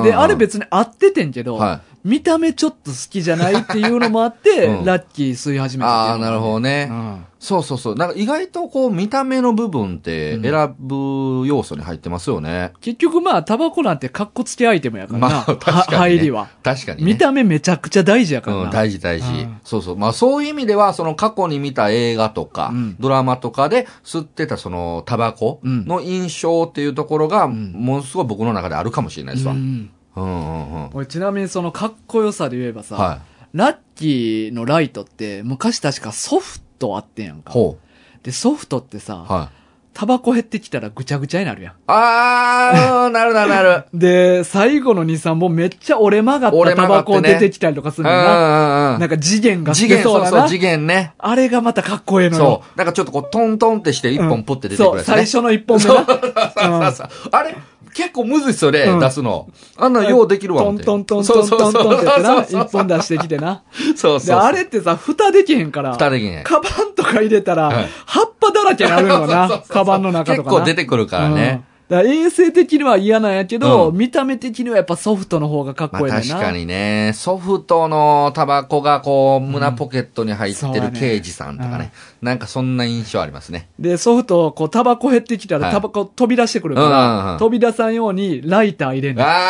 ん
で、あれ別に合っててんけど、
は
見た目ちょっと好きじゃないっていうのもあって、
うん
ラッキー吸い始めた
あ
っ
あ、
ていうのがね
なるほどね。
うん
そうそうそう。なんか意外とこう見た目の部分って選ぶ要素に入ってますよね。
結局まあ、タバコなんて格好つけアイテムやからな。
まあ確かにね
は入りは。
確かに、ね。
見た目めちゃくちゃ大事やからな。
うん、大事大事
うん。
そうそう。まあそういう意味では、その過去に見た映画とか、
うん
ドラマとかで吸ってたそのタバコ
うん
の印象っていうところが、
ん
ものすごい僕の中であるかもしれないですわ。
う
うん
ん
うんうん。
俺ちなみにそのかっこよさで言えばさ、
は
ラッキーのライトって昔確かソフトあってんやん
い。
か。
ほ
で、ソフトってさ、
う。はい。
タバコ減ってきたらぐちゃぐちゃになるやん。
あー、なるなるなる。
で、最後の2、3本めっちゃ折れ曲がっ
折れ
たタ
曲が
バ
って
コ
ね
出てきたりとか す
う
る
ん
のな。
うんうん
なんか次元が
次
出
元、
そう
そう
だ
そう、
な。
次元ね。
あれがまたかっこええの
そ
よ。
う。なんかちょっとこう、トントンってして一本ポって出てくる
そう、
やつね。
最初の1本目な。
さあさああれ、結構むずいっすよね、
うん
出すの。あんなようできるわ、
ト
み
ン
たい
ト
な
ントントントントンってやってな。
そうそうそうそう
1本出してきてな。
そうそう
で、
そう。
あれってさ、蓋できへんから。
蓋できへん
カバンとか入れた
は
ら
い、
葉っぱだらけになるよ
そう
な
そう。そう
カバンの中とかな。
結構出てくるからね。
うん。だから衛生的には嫌なんやけど、
う
見た目的にはやっぱソフトの方がかっ
ま
こ
あ
いいねん
確
な。
かにね、ソフトのタバコがこう、胸ポケットに入
うん
っ
そう
て
や
る
ね
刑事さんとかね。なんかそんな印象ありますね。
で、ソフト、こう、タバコ減ってきたら、
はい
タバコ飛び出してくるか
うんうんう
ら、
ん
飛び出さんようにライター入れんの。
あ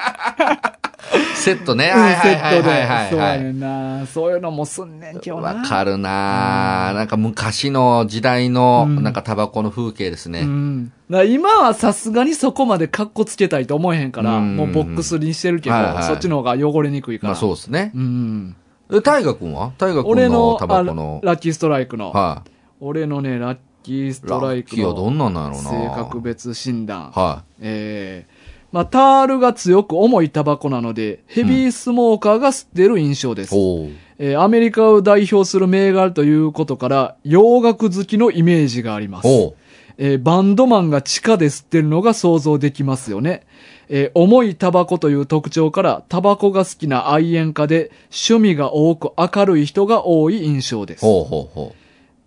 ーセットね。
う
はい
ん
は
セ
いは
ッ
い
ト
はい
で。そう
は
や
いは
ねんな。そういうのもすんねんけ
い。
どな。
わかるなあなんか昔の時代の、
うん
なんかタバコの風景です
う
ね。
ん。だから今はさすがにそこまでカッコつけたいと思えへんから、
うん
もうボックスにしてるけど、
はいはい
そっちの方が汚れにくいか
ま
ら。
あそうですね
う。ん。
え、大河君は大河
俺
君の
の
タバコ
あ
の。
ラッキーストライクの、
はい。
俺のね、ラッキース
ラ
トラ
ッ
イク
キーはど
の
んなんなんやろうな。
性格別診断。
は
えー、まあ、タールが強く重いタバコなので、ヘビースモーカーが吸ってる印象で
い。
す。
おう
えーアメリカを代表する銘柄ということから、洋楽好きのイメージがあります。
おう
えーバンドマンが地下で吸ってるのが想像できますよね。えー重いタバコという特徴から、タバコが好きな愛煙家で、趣味が多く明るい人が多い印象です。
ほうほうほ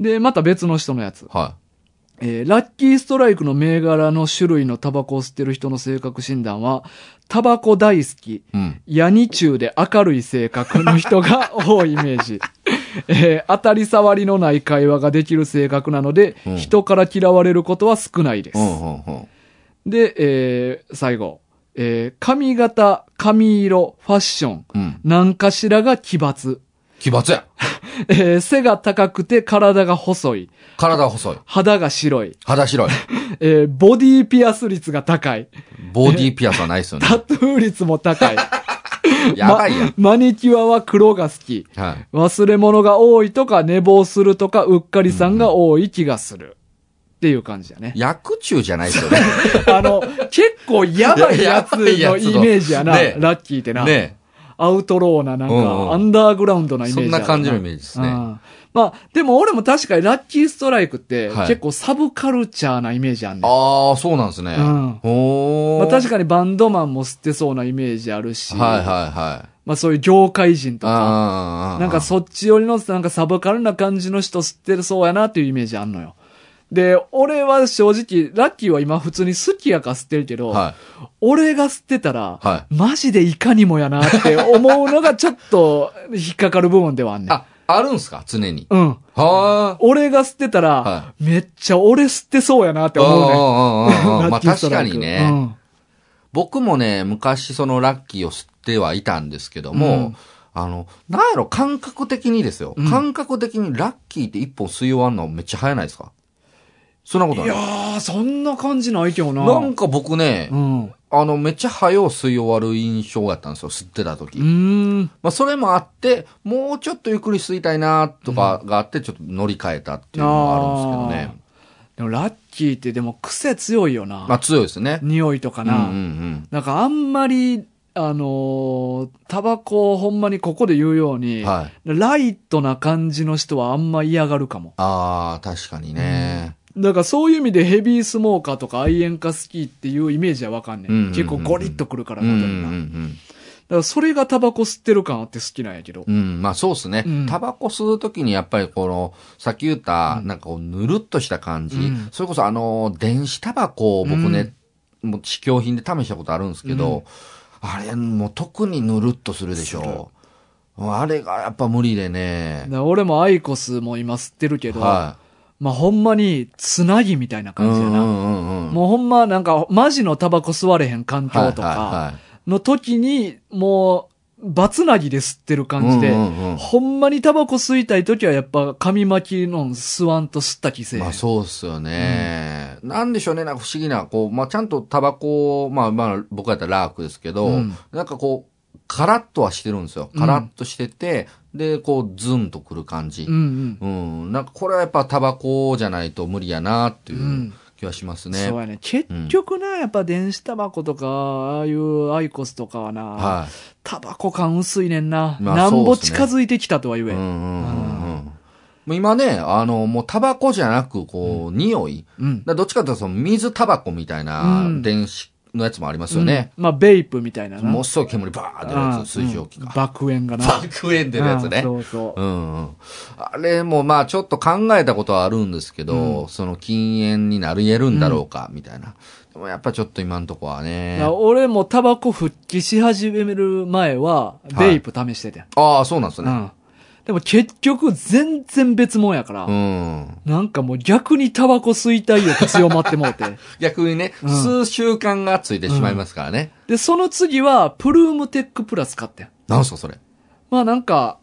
で、また別の人のやつ。
う。は
えーラッキーストライクの銘柄の種類のタバコを吸ってる人の性格診断は、タバコ大好き、
い。うん。
ヤニ中で明るい性格の人が 多いイメージ。えー当たり障りのない会話ができる性格なので、
うん
人から嫌われることは少ないです。
うんうんうん。
で、えー最後。えー髪型、髪色、ファッション、
うん。
何かしらが奇抜。
奇抜や。
えー背が高くて体が細い、
体細い。
肌が白い、
肌白い。
えーボディーピアス率が高い。
ボディーピアスはないっすよね。
タトゥー率も高い。
やばいやん。
まマニキュアは黒が好き。
はい。。
忘れ物が多いとか、寝坊するとか、うっかりさんが多い気がする。っていう感じだね
薬中じゃないっす よね。
あの、結構やばいやつの
いややばいやつの
イメージやな、
ね
ラッキーってな。
ね
アウトローな、なんか、
うんうん
アンダーグラウンドなイメージ
そんな感じのイメー
ジ
ジですね。
まあ、でも俺も確かにラッキーストライクって、
はい
結構サブカルチャーなイメージあんねん。
ああ、そうなんですね。
うん
ほー。
まあ確
か
かにバンドマンも吸ってそうなイメージあるし、
はいはいはい。
まあそういう業界人とか、
ああ。
なんかそっち寄りのなんかサブカルな感じの人吸ってるそうやなっていうイメージあんのよ。で、俺は正直、ラッキーは今普通に好きやから吸ってるけど、
は
俺が吸ってたら、
い。はい。
マジでいかにもやなって思うのがちょっと引っかかる部分ではあんねん。
あ、あるんすか常に。
うん。
はあ。
俺が吸ってたら、
は
めっちゃ俺吸ってそうやなって思うねん。
うんうんうんうんま
ラッ
あ
キースト
確
ラ
か
イク
にね。僕もね、昔そのラッキーを吸ってはいたんですけども、
うん
あの、なんやろ、感覚的にですよ。
うん
感覚的にラッキーって一本吸い終わるのめっちゃ早ないですかそんなこ
う
と
ん。
ないい
や。ー、そんな感じないけどな。
なんか僕ね、
うん。う
あの、めっちゃ早う吸い終わる印象やったんですよ、吸ってた時。
ーん。
まあ、それもあって、もうちょっとゆっくり吸いたいなとかがあって、ちょっと乗り換えたっていうのがあるんですけどね。
でもラッキーってでも癖強いよな。
まあ強いですね。
匂いとか
うんうんう
な。
ん。
なんかあんまり、あのータバコをほんまにここで言うように、
はい。
ライトな感じの人はあんま嫌がるかも。
ああ、確かにね。
だからそういう意味でヘビースモーカーとか愛煙家好きっていうイメージはわかんねん,、
うんうんうん
結構ゴリッとくるから
うん
な、
うん
だ
うん
からそれがタバコ吸ってる感あって好きなんやけど
う。ん、まあそうですね
うん。
タバコ吸うときにやっぱりこの、さっき言った、
うん
なんかこう、ぬるっとした感じ
うん。
それこそあの、電子タバコを僕ね、もう試供品で試したことあるんですけど、あれ、もう特にぬるっとするでしょ。あれがやっぱ無理で
だ
ね
か。ら俺もアイコスも今吸ってるけど、
は。
まあほんまにつなぎみたいない
うん
感じやな。
うんうんうん。
もうほんまなんかマジのタバコ吸われへん環境とか
はいはいはい
の時にもうバツナギで吸ってる感じで、
うんうんうん
ほんまにタバコ吸いたい時はやっぱ紙巻きのん吸わんと吸った気せえへん。
まあそうっすよね。なんでしょうね、なんか不思議な、こう、まあちゃんとタバコを、まあまあ僕やったらラークですけど、
うん
なんかこう、カラッとはしてるんですよ。
うん
カラッとしてて、で、こう、ズンとくる感じ。
うんうん。
うん、なんかこれはやっぱタバコじゃないと無理やなっていううん気はしますね。
そうやね。結局な、やっぱ電子タバコとか、ああいうアイコスとかはな、
は
タバコ感薄いねんな。
まあ
なんぼ
そうっす
近
ね。
づいてきたとはい言
う
え。
んうんうんうん。もう今ね、あの、もうタバコじゃなく、こう、匂い。
うん
だからどっちかというと、その水タバコみたいな
うん
電子のやつもありますよね。
うんまあ、ベイプみたいなな。
もっそい煙バーってやるやつ、水蒸気
うん
が。
爆炎がな。
爆炎出るやつ
ああ
ね。
そうそう。
うんうん。あれもまあちょっと考えたことはあるんですけど、その禁煙になり得るんだろうか、みたいな。でもやっぱちょっと今のとこはね
だか。ら俺もタバコ復帰し始める前は、
はい
ベイプ試しててん、
ああ、そうなんです
う
ね。
ん。でも結局全然別物やから、
うん。
なんかもう逆にタバコ吸いたい欲強まってもう て。
逆にね、
うん
数週間がついてしまいますからね。
で、その次は、プルームテックプラス買ってん。
なんすか、それ。
まあなんか、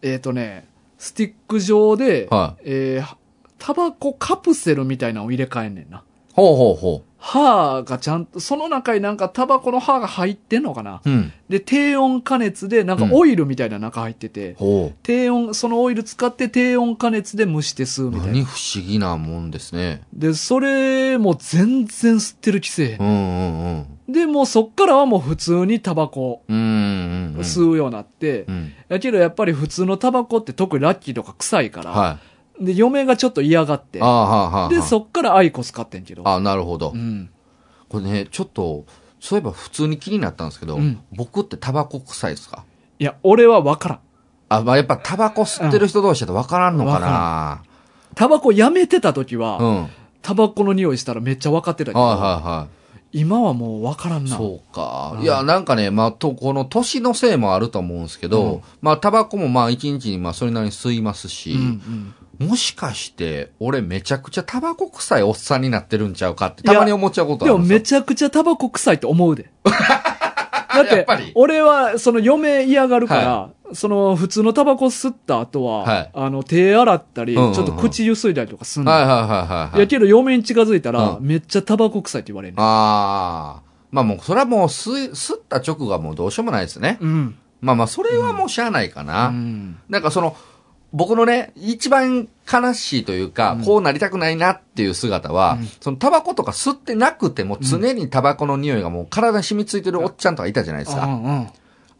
えっ、とね、スティック状で、
は
えータバコカプセルみたいなのを入れ替えんねんな。
ほうほうほ
歯がちゃんと、その中になんかタバコの歯が入ってんのかな
う。うん。
で、低温加熱で、なんかオイルみたいな中入ってて、
ほう。
低温、そのオイル使って低温加熱で蒸して吸うみたいな。
何不思議なもんですね。
で、それも全然吸ってる気せえへん
うんうんうん。
で、もうそっからはもう普通にタバコ
うんうん、うん。
吸うようになって、
うん。
やけどやっぱり普通のタバコって特にラッキーとか臭いから、
は
で、嫁がちょっと嫌がって
い。あ、あ、はあ、はあ。
で、そっからアイコス買ってんけど。
ああ、なるほど。
うん。
これね、ちょっと、そういえば普通に気になったんですけど、
うん
僕ってタバコ臭いですか
いや、俺はわからん。
あ、まあ、やっぱタバコ吸ってる人同士だと分からんのかな、
タバコやめてた時は、
うん、はい
タバコの匂いしたらめっちゃ分かってたけど、
は
今はもうわからん
いはい。
な。
そうか。
うん
いや、なんかね、まあ、と、この年のせいもあると思うんですけど、
うん
まあ、タバコもまあ、一日にまあ、それなりに吸いますし、
うんうん
もしかして、俺めちゃくちゃタバコ臭いおっさんになってるんちゃうかって、たまに思っちゃうことあ
で
る
も
ん
め
です
ちゃくちゃタバコ臭いと思う で。だっ
や
て
っぱり、
俺は、その嫁嫌がるから、その普通のタバコ吸った後は、
はい
あの、手洗ったり、
うんうんうん
ちょっと口ゆすいだりとかすん
よ。
の。
はいはいはいはい、はい
や。けど嫁に近づいたら、
う
めっちゃタバコ臭いって言われるね。
ああ。まあもう、それはもう吸い、吸った直後はもうどうしようもないですね。
うん。
まあまあ、それはもうしゃあないか
う
な。
ん。
なんかその、僕のね、一番悲しいというか、こうなりたくないなっていう姿は、そのタバコとか吸ってなくても常にタバコの匂いがもう体に染みついてるおっちゃんとかいたじゃないですか。
うんうん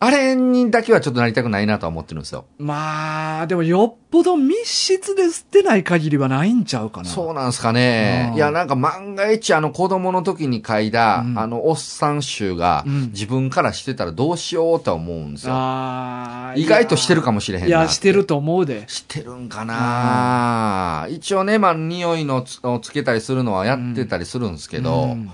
あれにだけはちょっとなりたくないなとは思ってるんですよ。
まあ、でもよっぽど密室で捨てない限りはないんちゃうかな。
そうなんすかね
う。ん
いや、なんか万が一あの子供の時に嗅いだ、
うん
あのおっさん臭が
うん
自分からしてたらどうしようとは思うんですよ。
あー
意外としてるかもしれへんない
や、してると思うで。
してるんかな、一応ね、まあ、匂いのつをつけたりするのはやってたりするんですけど、
うん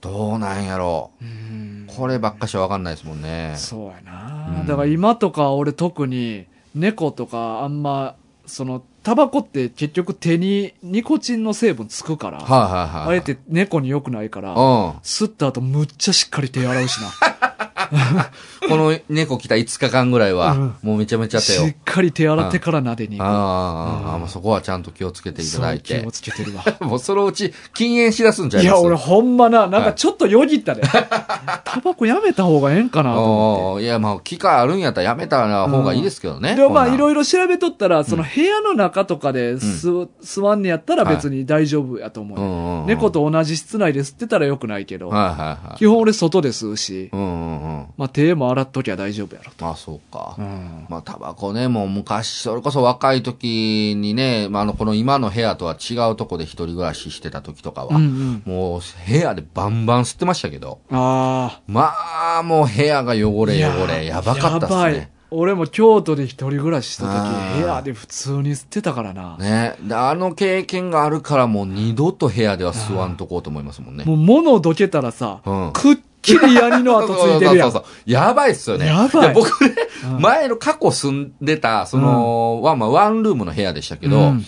どうなんやろう。
うん
こればっかしはわかんないですもんね。
そうや
う
な。
ん
だから今とか俺特に猫とかあんま、その、タバコって結局手にニコチンの成分つくから、
はいはいはい。
あれって猫に良くないか
う
ら
ん。、は
吸った後むっちゃしっかり手洗うしな。
この猫来た5日間ぐらいは、
うん
もうめちゃめちゃ手を。
しっかり手洗ってから撫でに行く。
ああ、
うん
まあそこはちゃんと気をつけていただい
そう気
て
を。つけてるわ。
もうそのうち禁煙しだすんじゃ
い
な
や、
います
俺ほんまな、なん
は
か
い
ちょっとよぎ ったで。タバコやめた方がええんかなと思っ
おーいや、まあ、機会あるんやったらやめた方がいいですけどね。
て。でもまあい
い
ろいろ調べとったら、その部屋の中とかで吸わんねやったら
はい
別に大丈夫やと思うよ。
ろ
猫
と。
と同じ室内で吸ってたらよくないけど、
はいはいはい。
基本俺外で吸うし、
うんうんうん。
まあ手も洗っときゃ大丈夫やろと。
まあ、そうか。
うん。
まあ、タバコね、もう昔、それこそ若い時にね、まあ、あの、この今の部屋とは違うとこで一人暮らししてた時とか
うん
は、
うん。
もう部屋でバンバン吸ってましたけど、
あ
まあ、もう部屋が汚
あ。
れ汚れ、やばかったっす
やばい
ね。。
俺も京都で一人暮らしした
あ
時、
ー
部屋で普通に吸ってたからな。
ね。であの経験があるからもう二度と部屋では吸わんとこうと思いますもんね。
もう物をどけたらさ、
うん
くっきりヤニの跡ついてるやん
そう。そうそうそうやばいっすよね。
やばい
や僕ね、
うん
前の過去住んでた、その、ワンまあワンルームの部屋でしたけど、
うん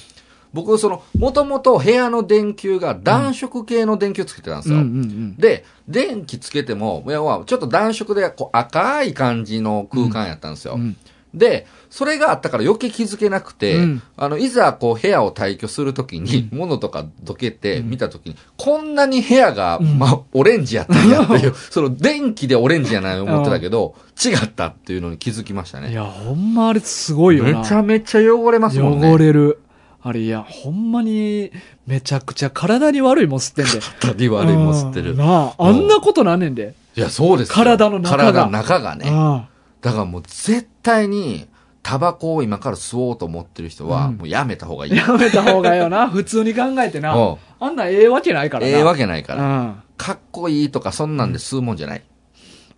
僕、その、もともと部屋の電球が暖色系の電球つけてたんです
うん
よ。
うんうん。
で、電気つけても、いやまあちょっと暖色でこう赤い感じの空間やったんですよ。
うん
で、それがあったから余計気づけなくて、
うん
あの、いざこう部屋を退去するときに、物とかどけて見たときに、こんなに部屋が、まあ、オレンジやったんやっていう、 その電気でオレンジやないと思ってたけど、違ったっていうのに気づきました
い
ね。
や、ほんまあれすごいよな。
めちゃめちゃ汚れますもんね。
汚れる。あれ、いや、ほんまに、めちゃくちゃ体に悪いもん吸ってんで。
たり悪いもん吸って
う
る
ん。なあ、あんなことなんねんで。
いや、そうですよ
体の中が
体の中がね。
あ
だからもう絶対に、タバコを今から吸おうと思ってる人は、
うん
もうやめた方がいい。
あやめた方がええよな。 普通に考えて
うん
な。あんなええわけないからな。
ええわけないから。
うん。
かっこいいとか、そんなんで吸うもんじゃない。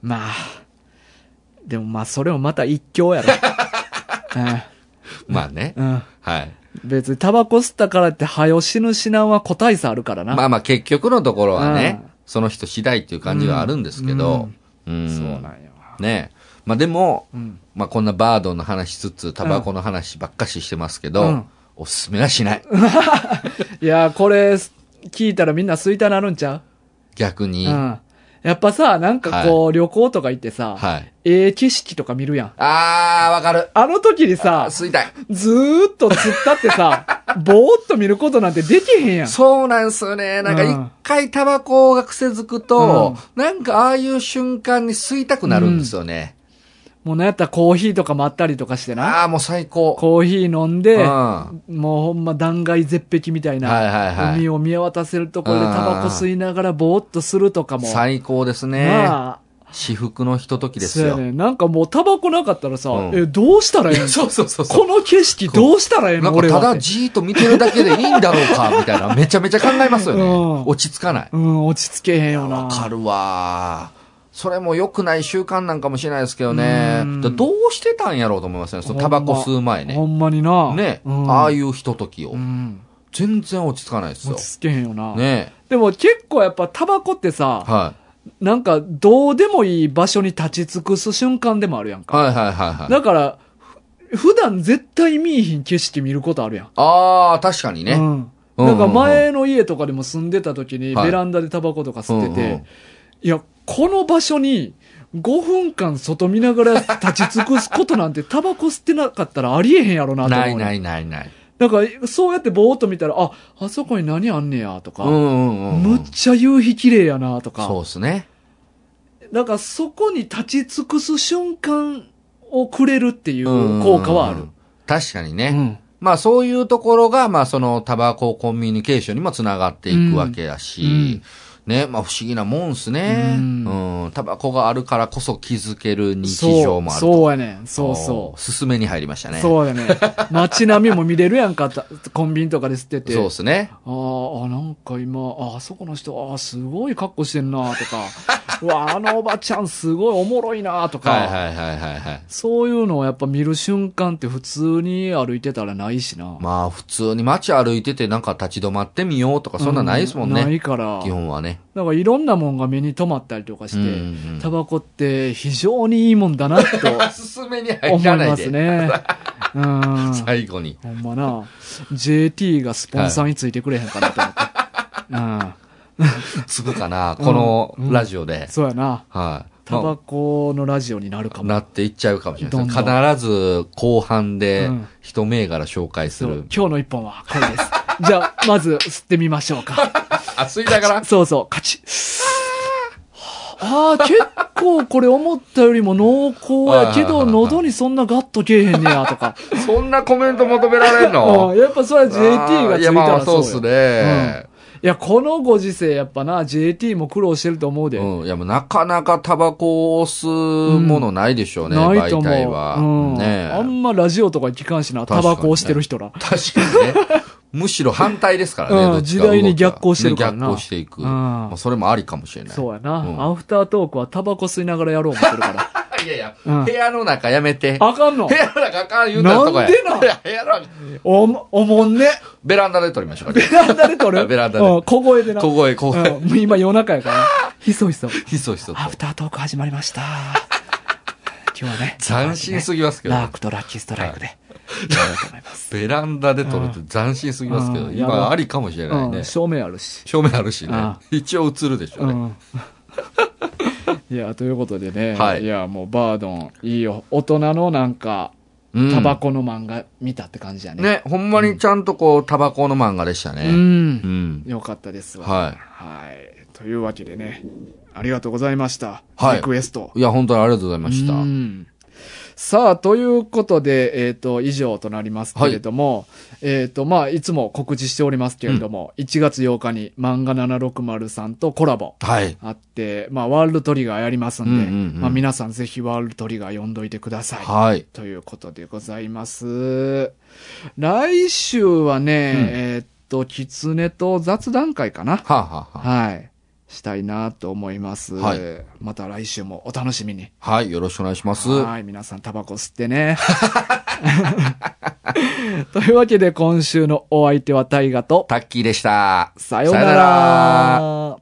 まあ。でもまあ、それもまた一興 やろ。
まあね。
うん。うん。
はい。
別にタバコ吸ったからって、早死ぬ死なんは個体差あるからな。
まあまあ結局のところはね
うん、
その人次第っていう感じがあるんですけど、うん。
そうなんやわ。
ねえまあでも、
うん。
まあこんなバードの話しつつ、タバコの話ばっかししてますけど、
うん
おすすめはしない。
いやー、これ、聞いたらみんな吸いたなるんちゃ
逆
うう
に。
ん。やっぱさ、なんかこう、旅行とか行ってさ、
はい。
ええ景色とか見るやん。
あー、わかる。
あの時にさ、
吸いたい。
ずーっと釣ったって さ、ぼーっと見ることなんてできへんやん。
そうなんすよね。なんか
うん
一回タバコが癖づくと、なんかああいう瞬間に吸いたくなるんですよね。
もうなんやったらコーヒーとかもあったりとかしてな。
ああ、もう最高。
コーヒー飲ん
う
で
ん、は
もうほんま断崖絶壁みたい
い
な、
はいはい
海。を見渡せるところでタバコ吸いながらぼーっとするとかも。
最高ですね。
まあ、
至福のひとときです
そうや
よ。
ねん。なんかもうタバコなかったらさ、
うん
え、どうしたらいいの
そうそうそうそ
こ
う。
の景色どうしたらええの
なんか
俺は
た
って。
だじーっと見てるだけでいいんだろうか、みたい な。めちゃめちゃ考えますよ
う
ね
ん。
落ち着かない。
うん、落ち着けへんよな。
わかるわ。それも良くない習慣なんかもしれないですけどね
う。ん
だどうしてたんやろうと思いますね。そのタバコ吸う前ね
ほ。んまにな。
ね、
うん、
ああいうひとときを
う。ん。
全然落ち着かないですよ
落。ち着けへんよな。
ね
でも結構やっぱタバコってさ、
はい。
なんかどうでもいい場所に立ち尽くす瞬間でもあるやんか。
はいはいはいはい。
だから、ふ普段絶対見えひん景色見ることあるやん。
ああ、確かに
う
ね。
ん。
うん
なんか前の家とかでも住んでた時に
はい
ベランダでタバコとか吸ってて、
うんうん
いや、この場所に5分間外見ながら立ち尽くすことなんてタバコ吸ってなかったらありえへんやろなと思う。。
ないないいないない。
なんかそうやってぼーっと見たら、あ、あそこに何あんねやと
うんう
か、
んうんう
む
ん
っ。ちゃ夕日綺麗やなとか、
そうですね。
なんかそこに立ち尽くす瞬間をくれるってい
うんうんう
うん効果はある。
確かにね。
うん
まあそういうところが、まあそのタバココミュニケーションにもつながっていくわけだし、ね、まあ不思議なもんっすね。
う
うんん。タバコがあるからこそ気づける日常もある
そう
と。
そうやねん。そうそう
お。勧めに入りましたね。
そうやね。街並みも見れるやんか、たコンビニとかで吸ってて。
そうですね。
あーあ、なんか今、ああそこの人、ああ、すごい格好してんなとか、 うわ、あのおばちゃんすごいおもろいなとか、
はいはいはいはいはい。
そういうのをやっぱ見る瞬間って普通に歩いてたらないしな。
まあ普通に街歩いててなんか立ち止まってみようとかそんなないですもん
うな
ね。
いから、
基本はね。
なんかいろんなもんが目に留まったりとかし
うんう
て、
んうん
タバコって非常にいいもんだ なと
勧めに
思
入
い
らな
ま
い
す
で。
ね。 うん。
最後に。
ほんまな、JT がスポンサーについてくれへんかなと思って。うん。
つくかな、このラジオで。
そうやな。
はい。
タバコのラジオになるかも。
なっていっちゃうかもしれないです
どんど
必ず後半で
うん
一銘柄紹介す
そう
る。
今日の一本はこれです。 じゃあ、まず吸ってみましょうか。
あ、吸いなが ら
そうそう、カチッ。ああ、結構これ思ったよりも濃厚やけど、喉にそんなガッとけえへんねや、と か。
そんなコメント求められん
う
の
ん、やっぱそれは JT がついた
あーやま
ら
あそうっ
そう
す
よ。
ね。
いや、このご時世やっぱな、JT も苦労してると思うで。
うん。いや、もうなかなかタバコを吸うものないでしょうね、
ないと
媒
思
体は。
う。うん
ね
あんまラジオとか聞かんしな、タバコをしてる人ら。
確かにね。 むしろ反対ですからね。
うん
どっちか
時代に逆行してるからな
ね逆行していく。
うん
まあそれもありかもしれない。
そうやな、
うん
アフタートークはタバコ吸いながらやろう思ってる から。
いやいや、
うん
部屋の中やめて。
あかんの
部屋の中あかん言うたらとこや。
なんでなん
いや部屋の中
おも、おもんね。
ベランダで撮りましょうか。
ベランダで撮る
ベランダで
うん、小声でな。
小声、小声。
うん、今夜中や から。ひそひそ。
ひそひそと。
アフタートーク始まりました。今日はね。
斬新すぎますけど。
ラークとラッキーストライクで。やろうと思います。
ベランダで撮るって斬新すぎますけ
う
ど、
んやば
今
い
ありかもしれない
うん、
ね。
照明あるし。
正面あるしね
あ。
一応映るでしょう
う
ね。
ん。 いや、ということでね。
はい
いや、もうバードン、いいよ。大人のなんか、
うん
タバコの漫画見たって感じやね。
ね、ほんまにちゃんとこう、タバコの漫画でした
う。
ね。うんん。
よかったですわ。
はい
はい。というわけでね、ありがとうございました。
はい
リクエスト。
いや、本当にありがとうございました。
うんさあ、ということで、えっ、と、以上となりますけれども、えっ、と、まあ、いつも告知しておりますけれども、1月8日に漫画760さんとコラボ
はい。
あって、まあ、ワールドトリガーやりますんで、
うんうんうん
まあ、皆さんぜひワールドトリガー読んどいてください。
はい。
ということでございます。来週はね、
うん
えっと、キツネと雑談会かな。
はあ、はあは
はい。したいなと思います。
はい
また来週もお楽しみに。
あ、はい。よろしくお願いします。
はい、皆さんタバコ吸ってね。 というわけで今週のお相手は大ガと、
タッキーでした。
さよう
さ
な
ような
ら。